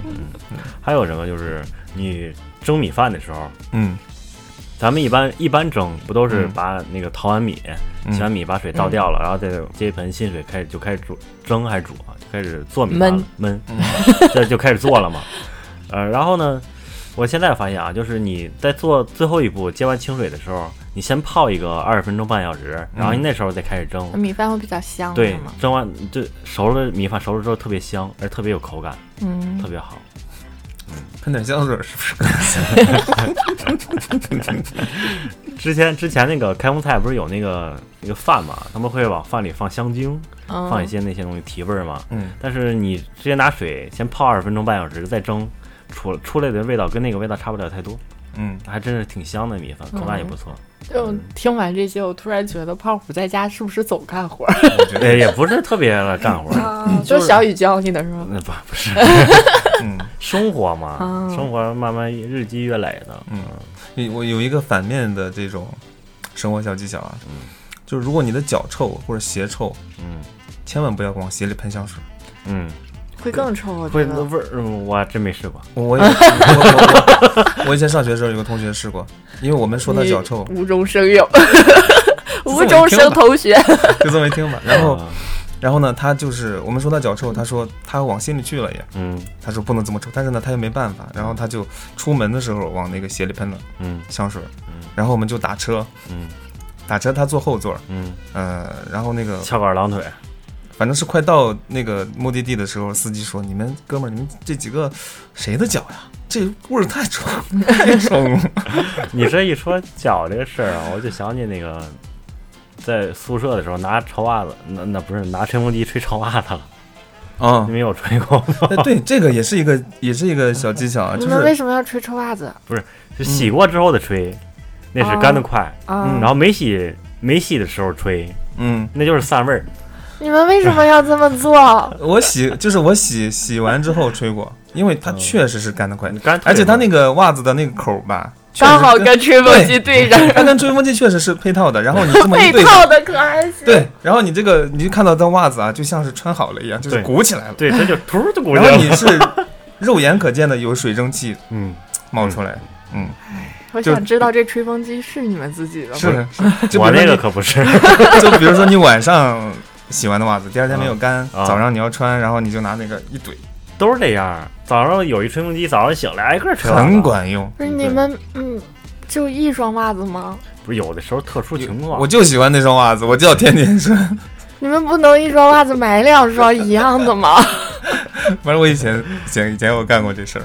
A: 还有什么就是你蒸米饭的时候，
C: 嗯，
A: 咱们一般一般蒸不都是
C: 嗯
A: 把那个淘完米、
C: 嗯
A: 洗完米，把水倒掉了，然后再接一盆新水开始就开始煮蒸还是煮啊？就开始做米
B: 焖
A: 饭焖，
C: 嗯
A: 这就开始做了嘛。呃，然后呢，我现在发现啊，就是你在做最后一步接完清水的时候，你先泡一个二十分钟半小时，然后
C: 嗯
A: 你那时候再开始蒸。
B: 米饭会比较香，
A: 对
B: 是吗，
A: 蒸完就熟了，米饭熟了之后特别香，而且特别有口感，
B: 嗯
A: 特别好。
C: 喷点香水儿是不是？
A: 之前之前那个开封菜不是有那个那个饭嘛，他们会往饭里放香精，
B: 嗯
A: 放一些那些东西提味儿嘛。
C: 嗯，
A: 但是你直接拿水先泡二十分钟半小时再蒸，出出来的味道跟那个味道差不了太多，
C: 嗯，
A: 还真是挺香的米饭，口感也不错。
B: 就听完这些，我突然觉得胖虎在家是不是总干活？
C: 我觉
A: 对，
C: 得，
A: 呃也不是特别的干活儿，
B: 嗯就是小雨教你的是吗？
A: 那不不是
C: 嗯，
A: 生活嘛，
B: 啊
A: 生活慢慢日积月累的。
C: 嗯有我有一个反面的这种生活小技巧啊，就是如果你的脚臭或者鞋臭，
A: 嗯
C: 千万不要往鞋里喷香水，
A: 嗯，
B: 会更臭，我觉
A: 会
B: 得。
A: 味儿，嗯我还真没试过。
C: 我也我我我我以前上学的时候有个同学试过，因为我们说他
B: 你
C: 脚臭，
B: 无中生有，无
C: 我
B: 中
C: 听
B: 生
C: 吧
B: 同学。
C: 就这么一听吧。然后
A: 啊
C: 然后呢，他就是我们说他脚臭，他说他往心里去了也，
A: 嗯
C: 他说不能这么臭，但是呢他又没办法，然后他就出门的时候往那个鞋里喷了
A: 嗯
C: 香水儿
A: 嗯，
C: 然后我们就打车，
A: 嗯
C: 打车他坐后座儿，
A: 嗯，
C: 呃，然后 那个
A: 翘个二 郎腿，
C: 反正是快到那个目的地的时候，司机说：“你们哥们儿，你们这几个谁的脚呀？这味儿太冲，太 冲了。
A: 你这一说脚这个事儿啊，我就想起那个在宿舍的时候拿臭袜子，那那不是拿吹风机吹臭袜子了，”
C: 啊
A: 你，们有吹过吗？
C: 哎对，这个也是一个，也是一个小技 巧啊，就
B: 你们为
C: 是
B: 什么要吹臭袜子啊
A: 就洗过之后的吹，那是
C: 哦
A: 干得快，
B: 啊？
A: 然后没洗没洗的时候吹，
C: 嗯，
A: 那就是散味儿。
B: 你们为什么要这么做？
C: 我洗就是我洗洗完之后吹过，因为
A: 嗯
C: 它确实是干得快
A: 你，干脆
C: 嗯而且它那个袜子的那个口儿吧， 确实
B: 刚好
C: 跟
B: 跟吹风机对上，
C: 它跟吹风机确实是配套的。然后你这么一
B: 配
C: 对，
B: 套的可还行？
C: 对，然后你这个你就看到这袜子啊，就像是穿好了一样，就是
A: 对
C: 鼓起来了，
A: 对，这就突儿就鼓
C: 然
A: 上
C: 后你
A: 了。
C: 是肉眼可见的有水蒸气
A: 嗯，
C: 冒出来。嗯，
B: 我
C: 就
B: 想知道这吹风机是你们自己的吗？
C: 是， 就
A: 我
C: 比如说
A: 那个
C: 你
A: 可不是。
C: 就比如说你晚上洗完的袜子，第二天没有干，
A: 啊
C: 早上你要穿，然后你就拿那个一怼，
A: 都是这样。早上有一吹风机，早上醒来挨个吹袜子
C: 很管用。
B: 不是你们嗯，就一双袜子吗？
A: 不是有的时候特殊情况，
C: 我就喜欢那双袜子，我就要天天穿。
B: 你们不能一双袜子买两双一样的吗？
C: 反正我以前以前以前我干过这事儿，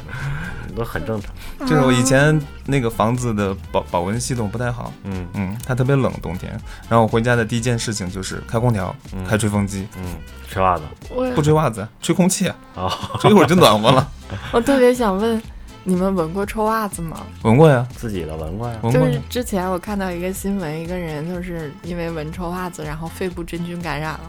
A: 都很正常。
B: 嗯
C: 就是我以前那个房子的保保温系统不太好，
A: 嗯
C: 嗯，它特别冷冬天。然后我回家的第一件事情就是开空调、
A: 嗯
C: 开吹风机，
A: 嗯，吹袜子
B: 我
C: 不吹袜子，吹空气啊，
A: 啊，
C: 吹一会儿就暖和 了。
B: 我特别想问，你们闻过臭袜子吗？
C: 闻过呀，
A: 自己的闻过呀。
C: 闻
B: 就
C: 过
B: 是
C: 呀。
B: 之前我看到一个新闻，一个人就是因为闻臭袜子，然后肺部真菌感染了。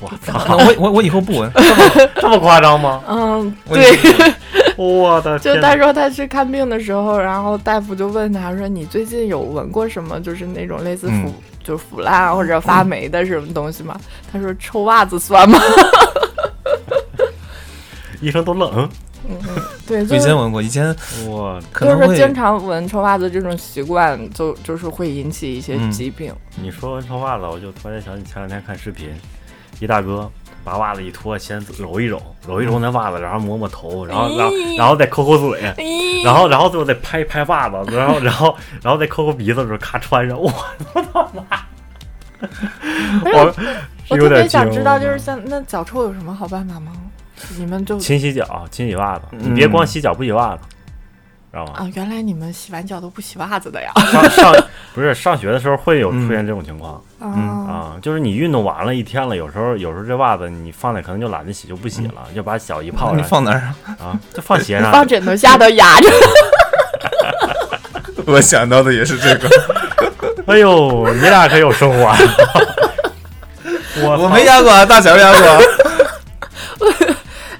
A: 我
C: 啊
A: 操，
C: 我我我以后不闻，
A: 这么夸张吗？
B: 嗯，
C: 我以
B: 对，
A: 我的
B: 就
A: 天
B: 他
A: 哪！
B: 说他去看病的时候，然后大夫就问他说：“你最近有闻过什么就是那种类似腐、
C: 嗯
B: 就是腐烂啊或者发霉的什么东西吗？”他说：“臭袜子算吗
A: 医生都愣。？”
B: 对，就
C: 以
B: 是
C: 前闻过，以前
A: 嗯，我
C: 可
B: 就
C: 能
B: 是说
C: 会
B: 经常闻臭袜子这种习惯，就就是会引起一些
C: 嗯
B: 疾病。
A: 你说完穿袜子，我就突然想起前两天看视频，一大哥把袜子一脱，先揉一揉，揉一揉那袜子，然后抹抹头，然后然后
B: 咦
A: 然后再抠抠嘴，
B: 咦
A: 然后然后最后再拍一拍袜子，然后然后然后再抠抠鼻子的时候，咔穿上，我
B: 哎
A: 我
B: 呦我
A: 有
B: 特别
A: 点
B: 想
A: 惊
B: 知道，
A: 我
B: 就是像那脚臭有什么好办法吗？你们就
A: 勤洗脚，勤洗袜子，
C: 嗯
A: 你别光洗脚不洗袜子，知道吗？
B: 啊，原来你们洗完脚都不洗袜子的呀？
A: 上上 不是上学的时候会有出现这种情况、
B: 啊，
A: 啊，就是你运动完了一天了，有时候有时候这袜子你放那可能就懒得洗就不洗了，就把脚一泡
C: 你
A: 上
C: 放哪儿啊？
A: 啊，就放鞋上。
B: 放枕头下头压着。
C: 我想到的也是这个，
A: 哎呦，你俩可有生活、啊！我
C: 我没压过啊， 大乔压过啊。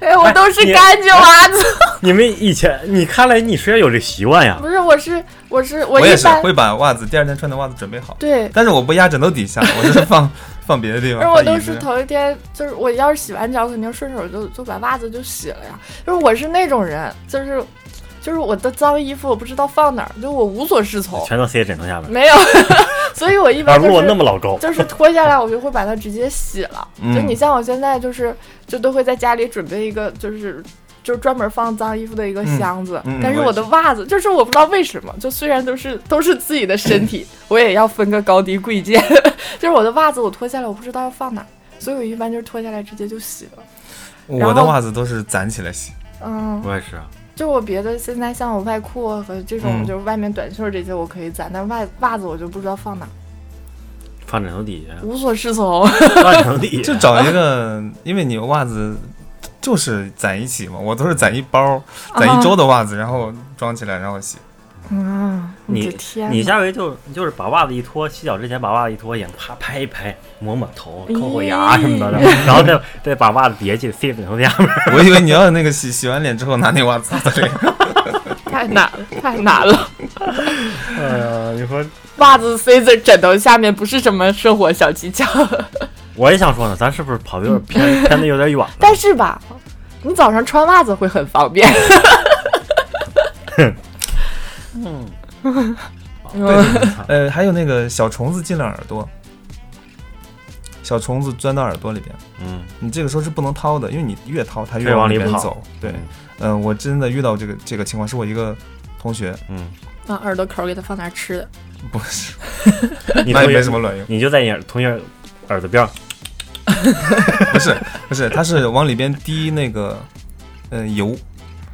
B: 哎，我都是
A: 你
B: 干净袜子。
A: 你们以前你看来你虽然有这习惯呀
B: 不，是，我是我是我
C: 我也
B: 一
C: 是
B: 般
C: 会把袜子第二天穿的袜子准备好，
B: 对，
C: 但是我不压枕头底下，我就是放放别的地
B: 不
C: 方。
B: 是我
C: 放
B: 都
C: 椅
B: 是
C: 子
B: 头一天，就是我要是洗完脚，肯定顺手就就把袜子就洗了呀。就是我是那种人，就是就是我的脏衣服我不知道放哪儿，就我无所适从，
A: 全都塞枕头下面。
B: 没有， 所以我一
A: 啊，
B: 般
A: 如
B: 哦就
A: 果那
B: 是。
A: 么老高，
B: 就是脱下来，我就会把它直接洗了。
C: 嗯
B: 就你像我现在，就是就都会在家里准备一个，就是就专门放脏衣服的一个
C: 嗯
B: 箱子。
C: 嗯
B: 但是
C: 我也
B: 我的袜子，就是我不知道为什么，就虽然都是都是自己的身体，我也要分个高低贵贱。 就是我的袜子，我脱下来，我不知道要放哪儿，所以我一般就是脱下来直接就洗了。
C: 我的袜子都是攒起来洗，
B: 嗯，
A: 我也是，啊
B: 就我别的现在像我外裤啊和这种
C: 嗯
B: 就是外面短袖这些我可以攒，但袜袜子我就不知道放哪儿，
A: 放枕头底下，
B: 无所适从。
A: 放枕头底下
C: 就。找一个，因为你袜子就是攒一起嘛，我都是攒一包，攒一周的袜子，然后装起来，然后洗。
B: 嗯，
A: 你
B: 的天
A: 你
B: 呐
A: 下回就就是把袜子一脱，洗脚之前把袜子一脱，眼啪拍一拍，抹抹头，抠抠牙什么的，然后再再把袜子叠起塞枕头下面。
C: 我以为你要那个洗洗完脸之后拿那袜子擦脸，
B: 太难了，太难了！
A: 哎呀，你说
B: 袜子塞在枕头下面不是什么生活小技巧，
A: 我也想说呢，咱是不是跑的有点偏，偏的有点远了？
B: 但是吧，你早上穿袜子会很方 便。
A: 嗯，
B: 嗯
C: 呃，还有那个小虫子进了耳朵，小虫子钻到耳朵里边，
A: 嗯，
C: 你这个时候是不能掏的，因为你越掏它
A: 越
C: 越
A: 往
C: 往
A: 里
C: 边
A: 跑
C: 走。对，嗯、我真的遇到这个这个情况，是我一个同学，
A: 嗯，
B: 把啊耳朵口给它放点吃的，
C: 不是，
A: 你
C: 嗯那
A: 同
C: 也没
A: 学
C: 什么卵用，
A: 你就在你耳同学耳朵边儿，
C: 不是不是，他是往里边滴那个，呃，油，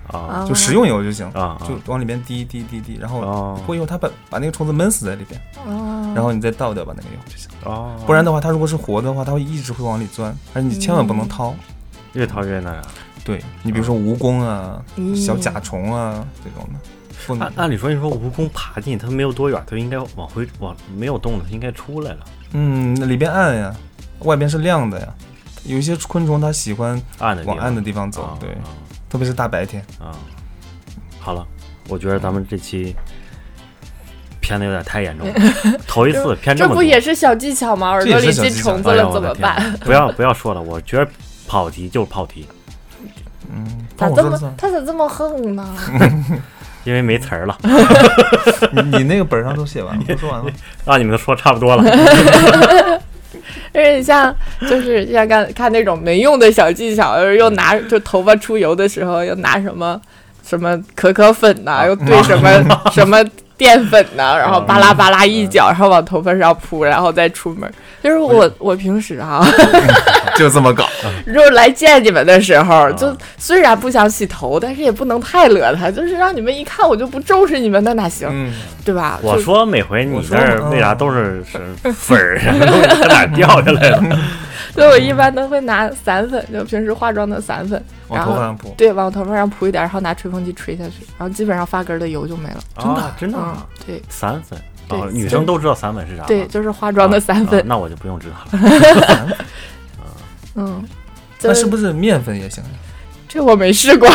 B: 哦
A: 啊
C: 就食用油就行，
A: 啊啊
C: 就往里边滴滴滴滴，然后过
A: 哦
C: 一会儿它把把那个虫子闷死在里边，
B: 哦，
C: 然后你再倒掉把那个油就行。
A: 哦，
C: 不然的话，它如果是活的话，它会一直会往里钻，而且你千万不能掏。
A: 越掏越那啊个。
C: 对你比如说蜈蚣啊、
B: 嗯
C: 小甲虫啊这种的，不能
A: 按按理说，你说蜈蚣爬进去，它没有多远，它应该往回往没有动了，它应该出来了。
C: 嗯，那里边暗呀，外边是亮的呀。有一些昆虫它喜欢
A: 暗的地
C: 往
A: 方
C: 暗的地方走
A: 啊，
C: 对，
A: 啊
C: 特别是大白天。
A: 啊，好了，我觉得咱们这期偏的有点太严 重了，头一次偏
B: 这
A: 么
B: 不
A: 多。
B: 也是小技巧吗？耳朵里进虫子
A: 哎呦
B: 了
A: 我
B: 怎
A: 的
B: 么
A: 天
B: 办？
A: 哪？不要不要说了，我觉得跑题就是跑题，
C: 嗯，
B: 咋
C: 但
B: 哦
C: 我
B: 这
C: 说了
B: 么
C: 算，
B: 他咋这么横呢？
A: 因为没词儿了，
C: 你你那个本儿上都写完了，都说完了。
A: 让啊你们说差不多了。
B: 而且像就是像看看那种没用的小技巧，又拿
A: 嗯
B: 就头发出油的时候，又拿什么什么可可粉呐、
A: 啊
B: 又兑什么、 什么淀粉呐、然后巴
A: 嗯
B: 拉巴拉一搅，然后往头发上扑，然后再出门。就是我我平时啊，
C: 就这么搞，
B: 如果来见你们的时
A: 啊
B: 候，就虽然不想洗头，但是也不能太邋遢，就是让你们一看我就不重视你们，那哪行，
C: 嗯，
B: 对吧？
A: 我
B: 就
A: 说每回你
C: 我
A: 这
C: 说
A: 儿
C: 嘛嗯
A: 为啥都是是粉儿，啊它 哪儿掉下来了？
B: 所以我一般都会拿散粉，就平时化妆的散粉，
C: 往
B: 然
C: 头
B: 后
C: 发上扑。
B: 对，往头发上扑一点，然后拿吹风机吹下去，然后基本上发根儿的油就没了。
A: 真的真的
B: 嗯啊
A: 啊，
B: 对
A: 散粉
B: 对
A: 啊，女
B: 散
A: 生都知道散粉是啥吗？
B: 对，就是化妆的散
A: 啊
B: 粉，
A: 那我就不用知道了。
B: 嗯，就
C: 那是不是面粉也行呀？
B: 这我没试过，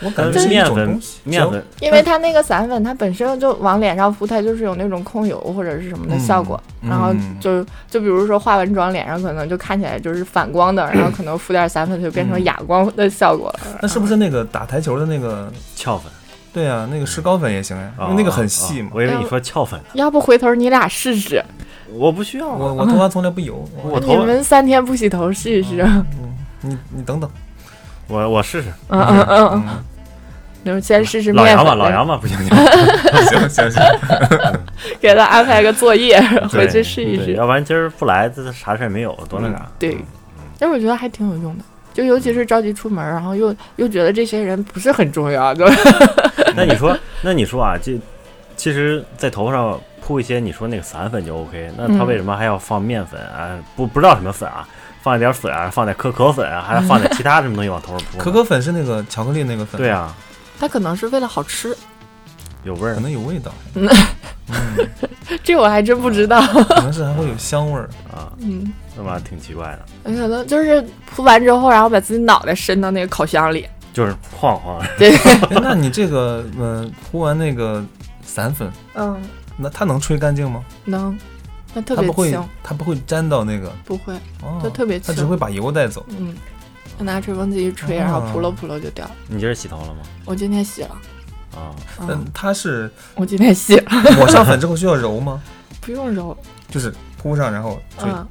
C: 我感
A: 但
C: 觉是
A: 是
C: 一
A: 面
C: 种
A: 粉
C: 东西，
A: 面粉
B: 因为它那个散粉它本身就往脸上敷，它就是有那种控油或者是什么的效果，
C: 嗯
B: 然后就就比如说化完妆脸上可能就看起来就是反光的，然后可能敷点散粉就变成
C: 嗯
B: 哑光的效果了。
C: 那是不是那个打台球的那个？
A: 翘粉，
C: 对啊，那个石膏粉也行呀，因
A: 啊
C: 为那个很细
A: 啊
C: 嘛。
A: 我以为你说翘粉，
B: 要不回头你俩试试，
A: 我不需要啊，
C: 我我头发从来不油，我
A: 我
B: 你
A: 头嗯
B: 们三天不洗头试一试。
C: 你你 等等，
A: 我我试试，
B: 嗯嗯嗯嗯，
C: 嗯，
B: 你们先试试
A: 老
B: 面
A: 杨
B: 粉
A: 吧，
B: 的，
A: 老杨吧，不行，
C: 行行行，
B: 给他安排个作业，回
A: 对
B: 去试 一
A: 对，
B: 试。
A: 要不然今儿不来，这啥事儿没有，多那啥。
B: 对，但是我觉得还挺有用的，就尤其是着急出门，然后又又觉得这些人不是很重要，就
A: 那你说，那你说啊，这其实，在头发上铺一些你说那个散粉就 OK，那他
B: 嗯
A: 为什么还要放面粉啊？不不知道什么粉啊，放一点粉啊，放点可可粉啊，还放点其他什么东西往头上铺呢？
C: 可可粉是那个巧克力那个粉，
A: 对，啊，
B: 他可能是为了好吃，
A: 有味儿
C: 可能有味道， 嗯
B: 这我还真不知道。
C: 可能是还会有香味儿。
A: 啊，
B: 嗯，
A: 那玩意儿挺奇怪的，
B: 有可能就是铺完之后，然后把自己脑袋伸到那个烤箱里，
A: 就是晃晃。
B: 对，
C: 哎，那你这个嗯，铺完那个散粉，
B: 嗯，
C: 那它能吹干净吗？
B: 能，那特
C: 它
B: 别
C: 不会
B: 轻，，
C: 它不会粘到那个，
B: 不会，
C: 哦
B: 就，特别
C: 它只会
B: 轻，
C: 把油带走。
B: 嗯，就拿吹风机一吹，
C: 啊
B: 然后扑噜扑噜就掉了。
A: 你今儿洗头了吗？
B: 我今天洗了，
A: 啊，
B: 嗯，
C: 嗯，它是
B: 我今天洗了，
C: 抹上粉之后需要揉吗？
B: 不用揉，
C: 就是铺上然后吹。
B: 嗯，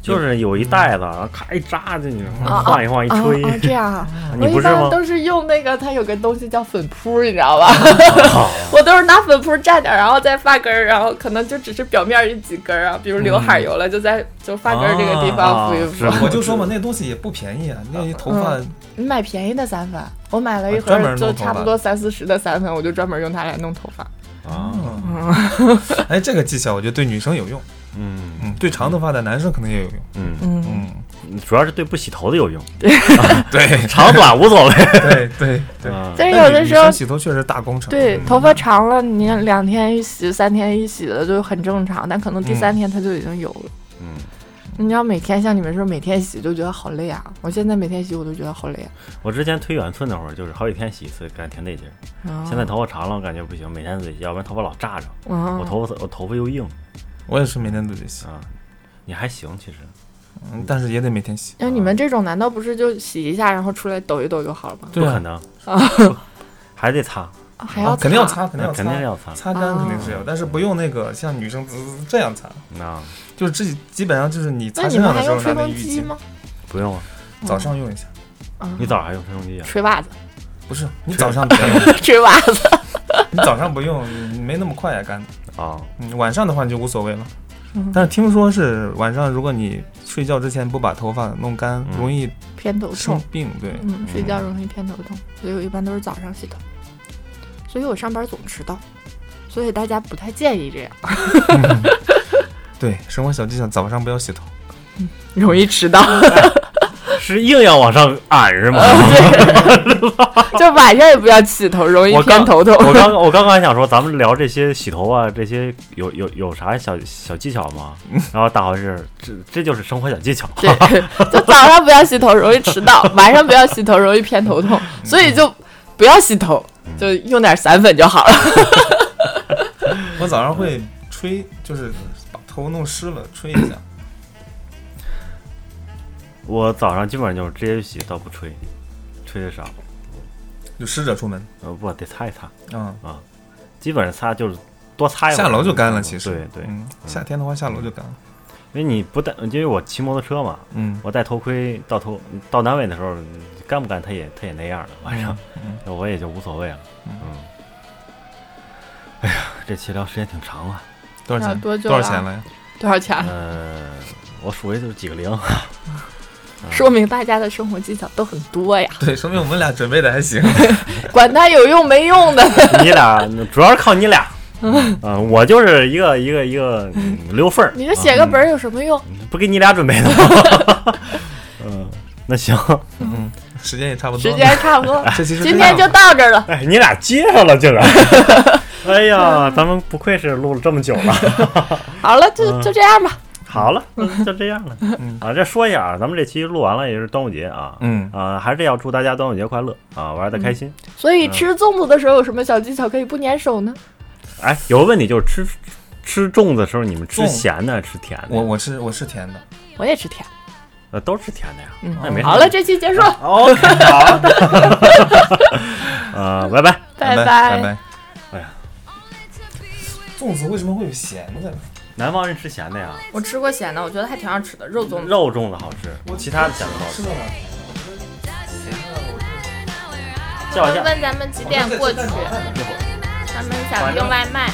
A: 就是有一袋子，然后咔一扎进去，
B: 啊
A: 晃一晃一
B: 啊
A: 吹，
B: 啊，这样啊。
A: 你
B: 我
A: 不
B: 一
A: 是吗
B: 般？都是用那个，它有个东西叫粉扑，你知道吧？
A: 好
B: 我都是拿粉扑蘸点儿，然后再发根儿，然后可能就只是表面儿有几根儿啊，比如刘海油了，就在就发根儿这个地方敷一敷。
A: 嗯啊是
C: 我就说嘛，那东西也不便宜啊，那头发
B: 你买便宜的散粉，我买了一
C: 啊专门
B: 盒
C: 弄
B: 就
C: 头发
B: 差不多三四十的散粉，我就专门用它来弄头发。
A: 啊，
C: 嗯， 哎，这个技巧我觉得对女生有用，
A: 嗯
C: 嗯，对长头发的男生可能也有用，
A: 嗯
B: 嗯，
C: 嗯，
A: 主要是对不洗头的有用，
C: 对
A: 长短无 所谓。
C: 对对对。
A: 啊
B: 但是有
C: 但
B: 的
C: 女
B: 时候
C: 生，洗头确实是大工程，
B: 对
C: 嗯
B: 头发长了，你两天一洗、三天一洗的就很正常，但可能
C: 嗯
B: 第三天它就已经有了。
A: 嗯，
B: 你要每天像你们说每天洗，就觉得好累啊！我现在每天洗我都觉得好累啊。
A: 我之前推圆寸那会儿，就是好几天洗一次，感觉挺得劲儿。
B: 嗯
A: 现在头发长了，我感觉不行，每天得洗，要不然头发老炸着。
B: 嗯
A: 我头发我头发又硬
C: 我也是每天都得洗，
A: 啊，你还行其实，
C: 嗯，但是也得每天洗。
B: 那哎你们这种难道不是就洗一下，然后出来抖一抖就好了吗？
A: 不
C: 对啊
A: 可能，还得擦，
B: 啊还要
C: 啊肯定要
B: 擦，哦
C: 擦，肯定要
A: 那
C: 擦，
A: 肯定要擦。
C: 擦干肯定是要，但是不用那个像女生滋滋滋这样擦，
A: 那
C: 就是自己基本上就是你
B: 那
C: 擦
B: 你
C: 身
B: 们
C: 上的
B: 还
C: 时候
B: 用吹
C: 拿那个
B: 风
C: 浴
B: 机
C: 巾，
B: 吗？
A: 不用啊，
C: 早上用一下，
B: 啊
A: 你早上还用吹风机啊？
B: 吹袜子，
C: 不是你
A: 是
C: 早上不用，
B: 吹袜子。
C: 你早上不用，你没那么快呀干的。
A: 啊，
C: 嗯，晚上的话你就无所谓了
B: 嗯。
C: 但是听说是晚上，如果你睡觉之前不把头发弄干，
A: 嗯
C: 容易
B: 偏头
C: 生
B: 痛，
C: 病。对，
B: 嗯，睡觉容易偏头痛，所以我一般都是早上洗头，所以我上班总迟到，所以大家不太建议这样，
C: 对，生活小技巧，早上不要洗头。
B: 容易迟到。
A: 是硬要往上按是吗？
B: 就晚上也不要洗头，容易
A: 我
B: 偏
A: 刚
B: 头痛。
A: 我刚我刚刚还想说，咱们聊这些洗头啊，这些有有有啥小小技巧吗？然后大豪是这这就是生活小技巧，
B: 对，就早上不要洗头，容易迟到；晚上不要洗头，容易偏头痛。所以就不要洗头，就用点散粉就好了。
C: 我早上会吹，就是把头弄湿了吹一下。
A: 我早上基本上就是直接洗，倒不吹，吹的少，
C: 就湿着出门。
A: 呃不得擦一擦，
C: 嗯，
A: 基本上擦就是多擦一会儿
C: 啊下楼就干了，其实。
A: 对对，
C: 嗯，夏天的话下楼就干了。
A: 因为你不戴，因为我骑摩托车嘛，
C: 嗯，
A: 我戴头盔到头到单位的时候干不干，他也他也那样了，晚上
C: 嗯
A: 那我也就无所谓了，
C: 嗯
A: 嗯。哎呀，这期聊时间挺长啊，
C: 多少
B: 那
C: 钱？
B: 多久啊
C: 多少
B: 了
C: 钱了呀？
B: 多少钱？
A: 呃，我数一就是几个零，
B: 说明大家的生活技巧都很多呀，
C: 对，说明我们俩准备的还行。
B: 管它有用没用的。
A: 你俩主要是靠你 俩，嗯、我就是一个一个一个嗯溜 缝儿，
B: 你就写个本儿有什么用？
A: 不给你俩准备的 吗？嗯，那行，
C: 嗯，时间也差不多
B: 时
C: 了。
B: 间差不 多，
C: 这期是
B: 今
C: 这
B: 天
C: 样
B: 就
C: 吧
B: 到这儿了。
A: 哎，你俩接上了竟然， 哎呀，咱们不愧是录了这么久了。
B: 好了，就就这样吧。
A: 好了，就就这样了
C: 嗯
A: 啊！这说一下啊，咱们这期录完了也是端午节啊，
C: 嗯
A: 啊，还是要祝大家端午节快乐啊，玩的开心。
B: 所以吃粽子的时候有什么小技巧可以不粘手呢？
A: 哎，有个问题就是吃吃粽子的时候，你们吃
C: 粽
A: 咸的还是吃甜的
C: 我
A: 呀？
C: 我是我是甜的，
B: 我也吃甜。
A: 呃，都是甜的呀，
B: 嗯
A: 那也没啥
B: 好了，这期结束，
A: OK，好， 呃，拜拜。
C: 拜
B: 拜
C: 拜。
A: 哎呀，
C: 粽子为什么会有咸的呢？
A: 南方人吃咸的呀，
B: 我吃过咸的，我觉得还挺好吃的，肉粽子。
A: 肉粽子好吃，其他的咸的不好吃。
C: 吃到哪？
A: 叫一下。
D: 问咱们几点过去，他们想订外卖。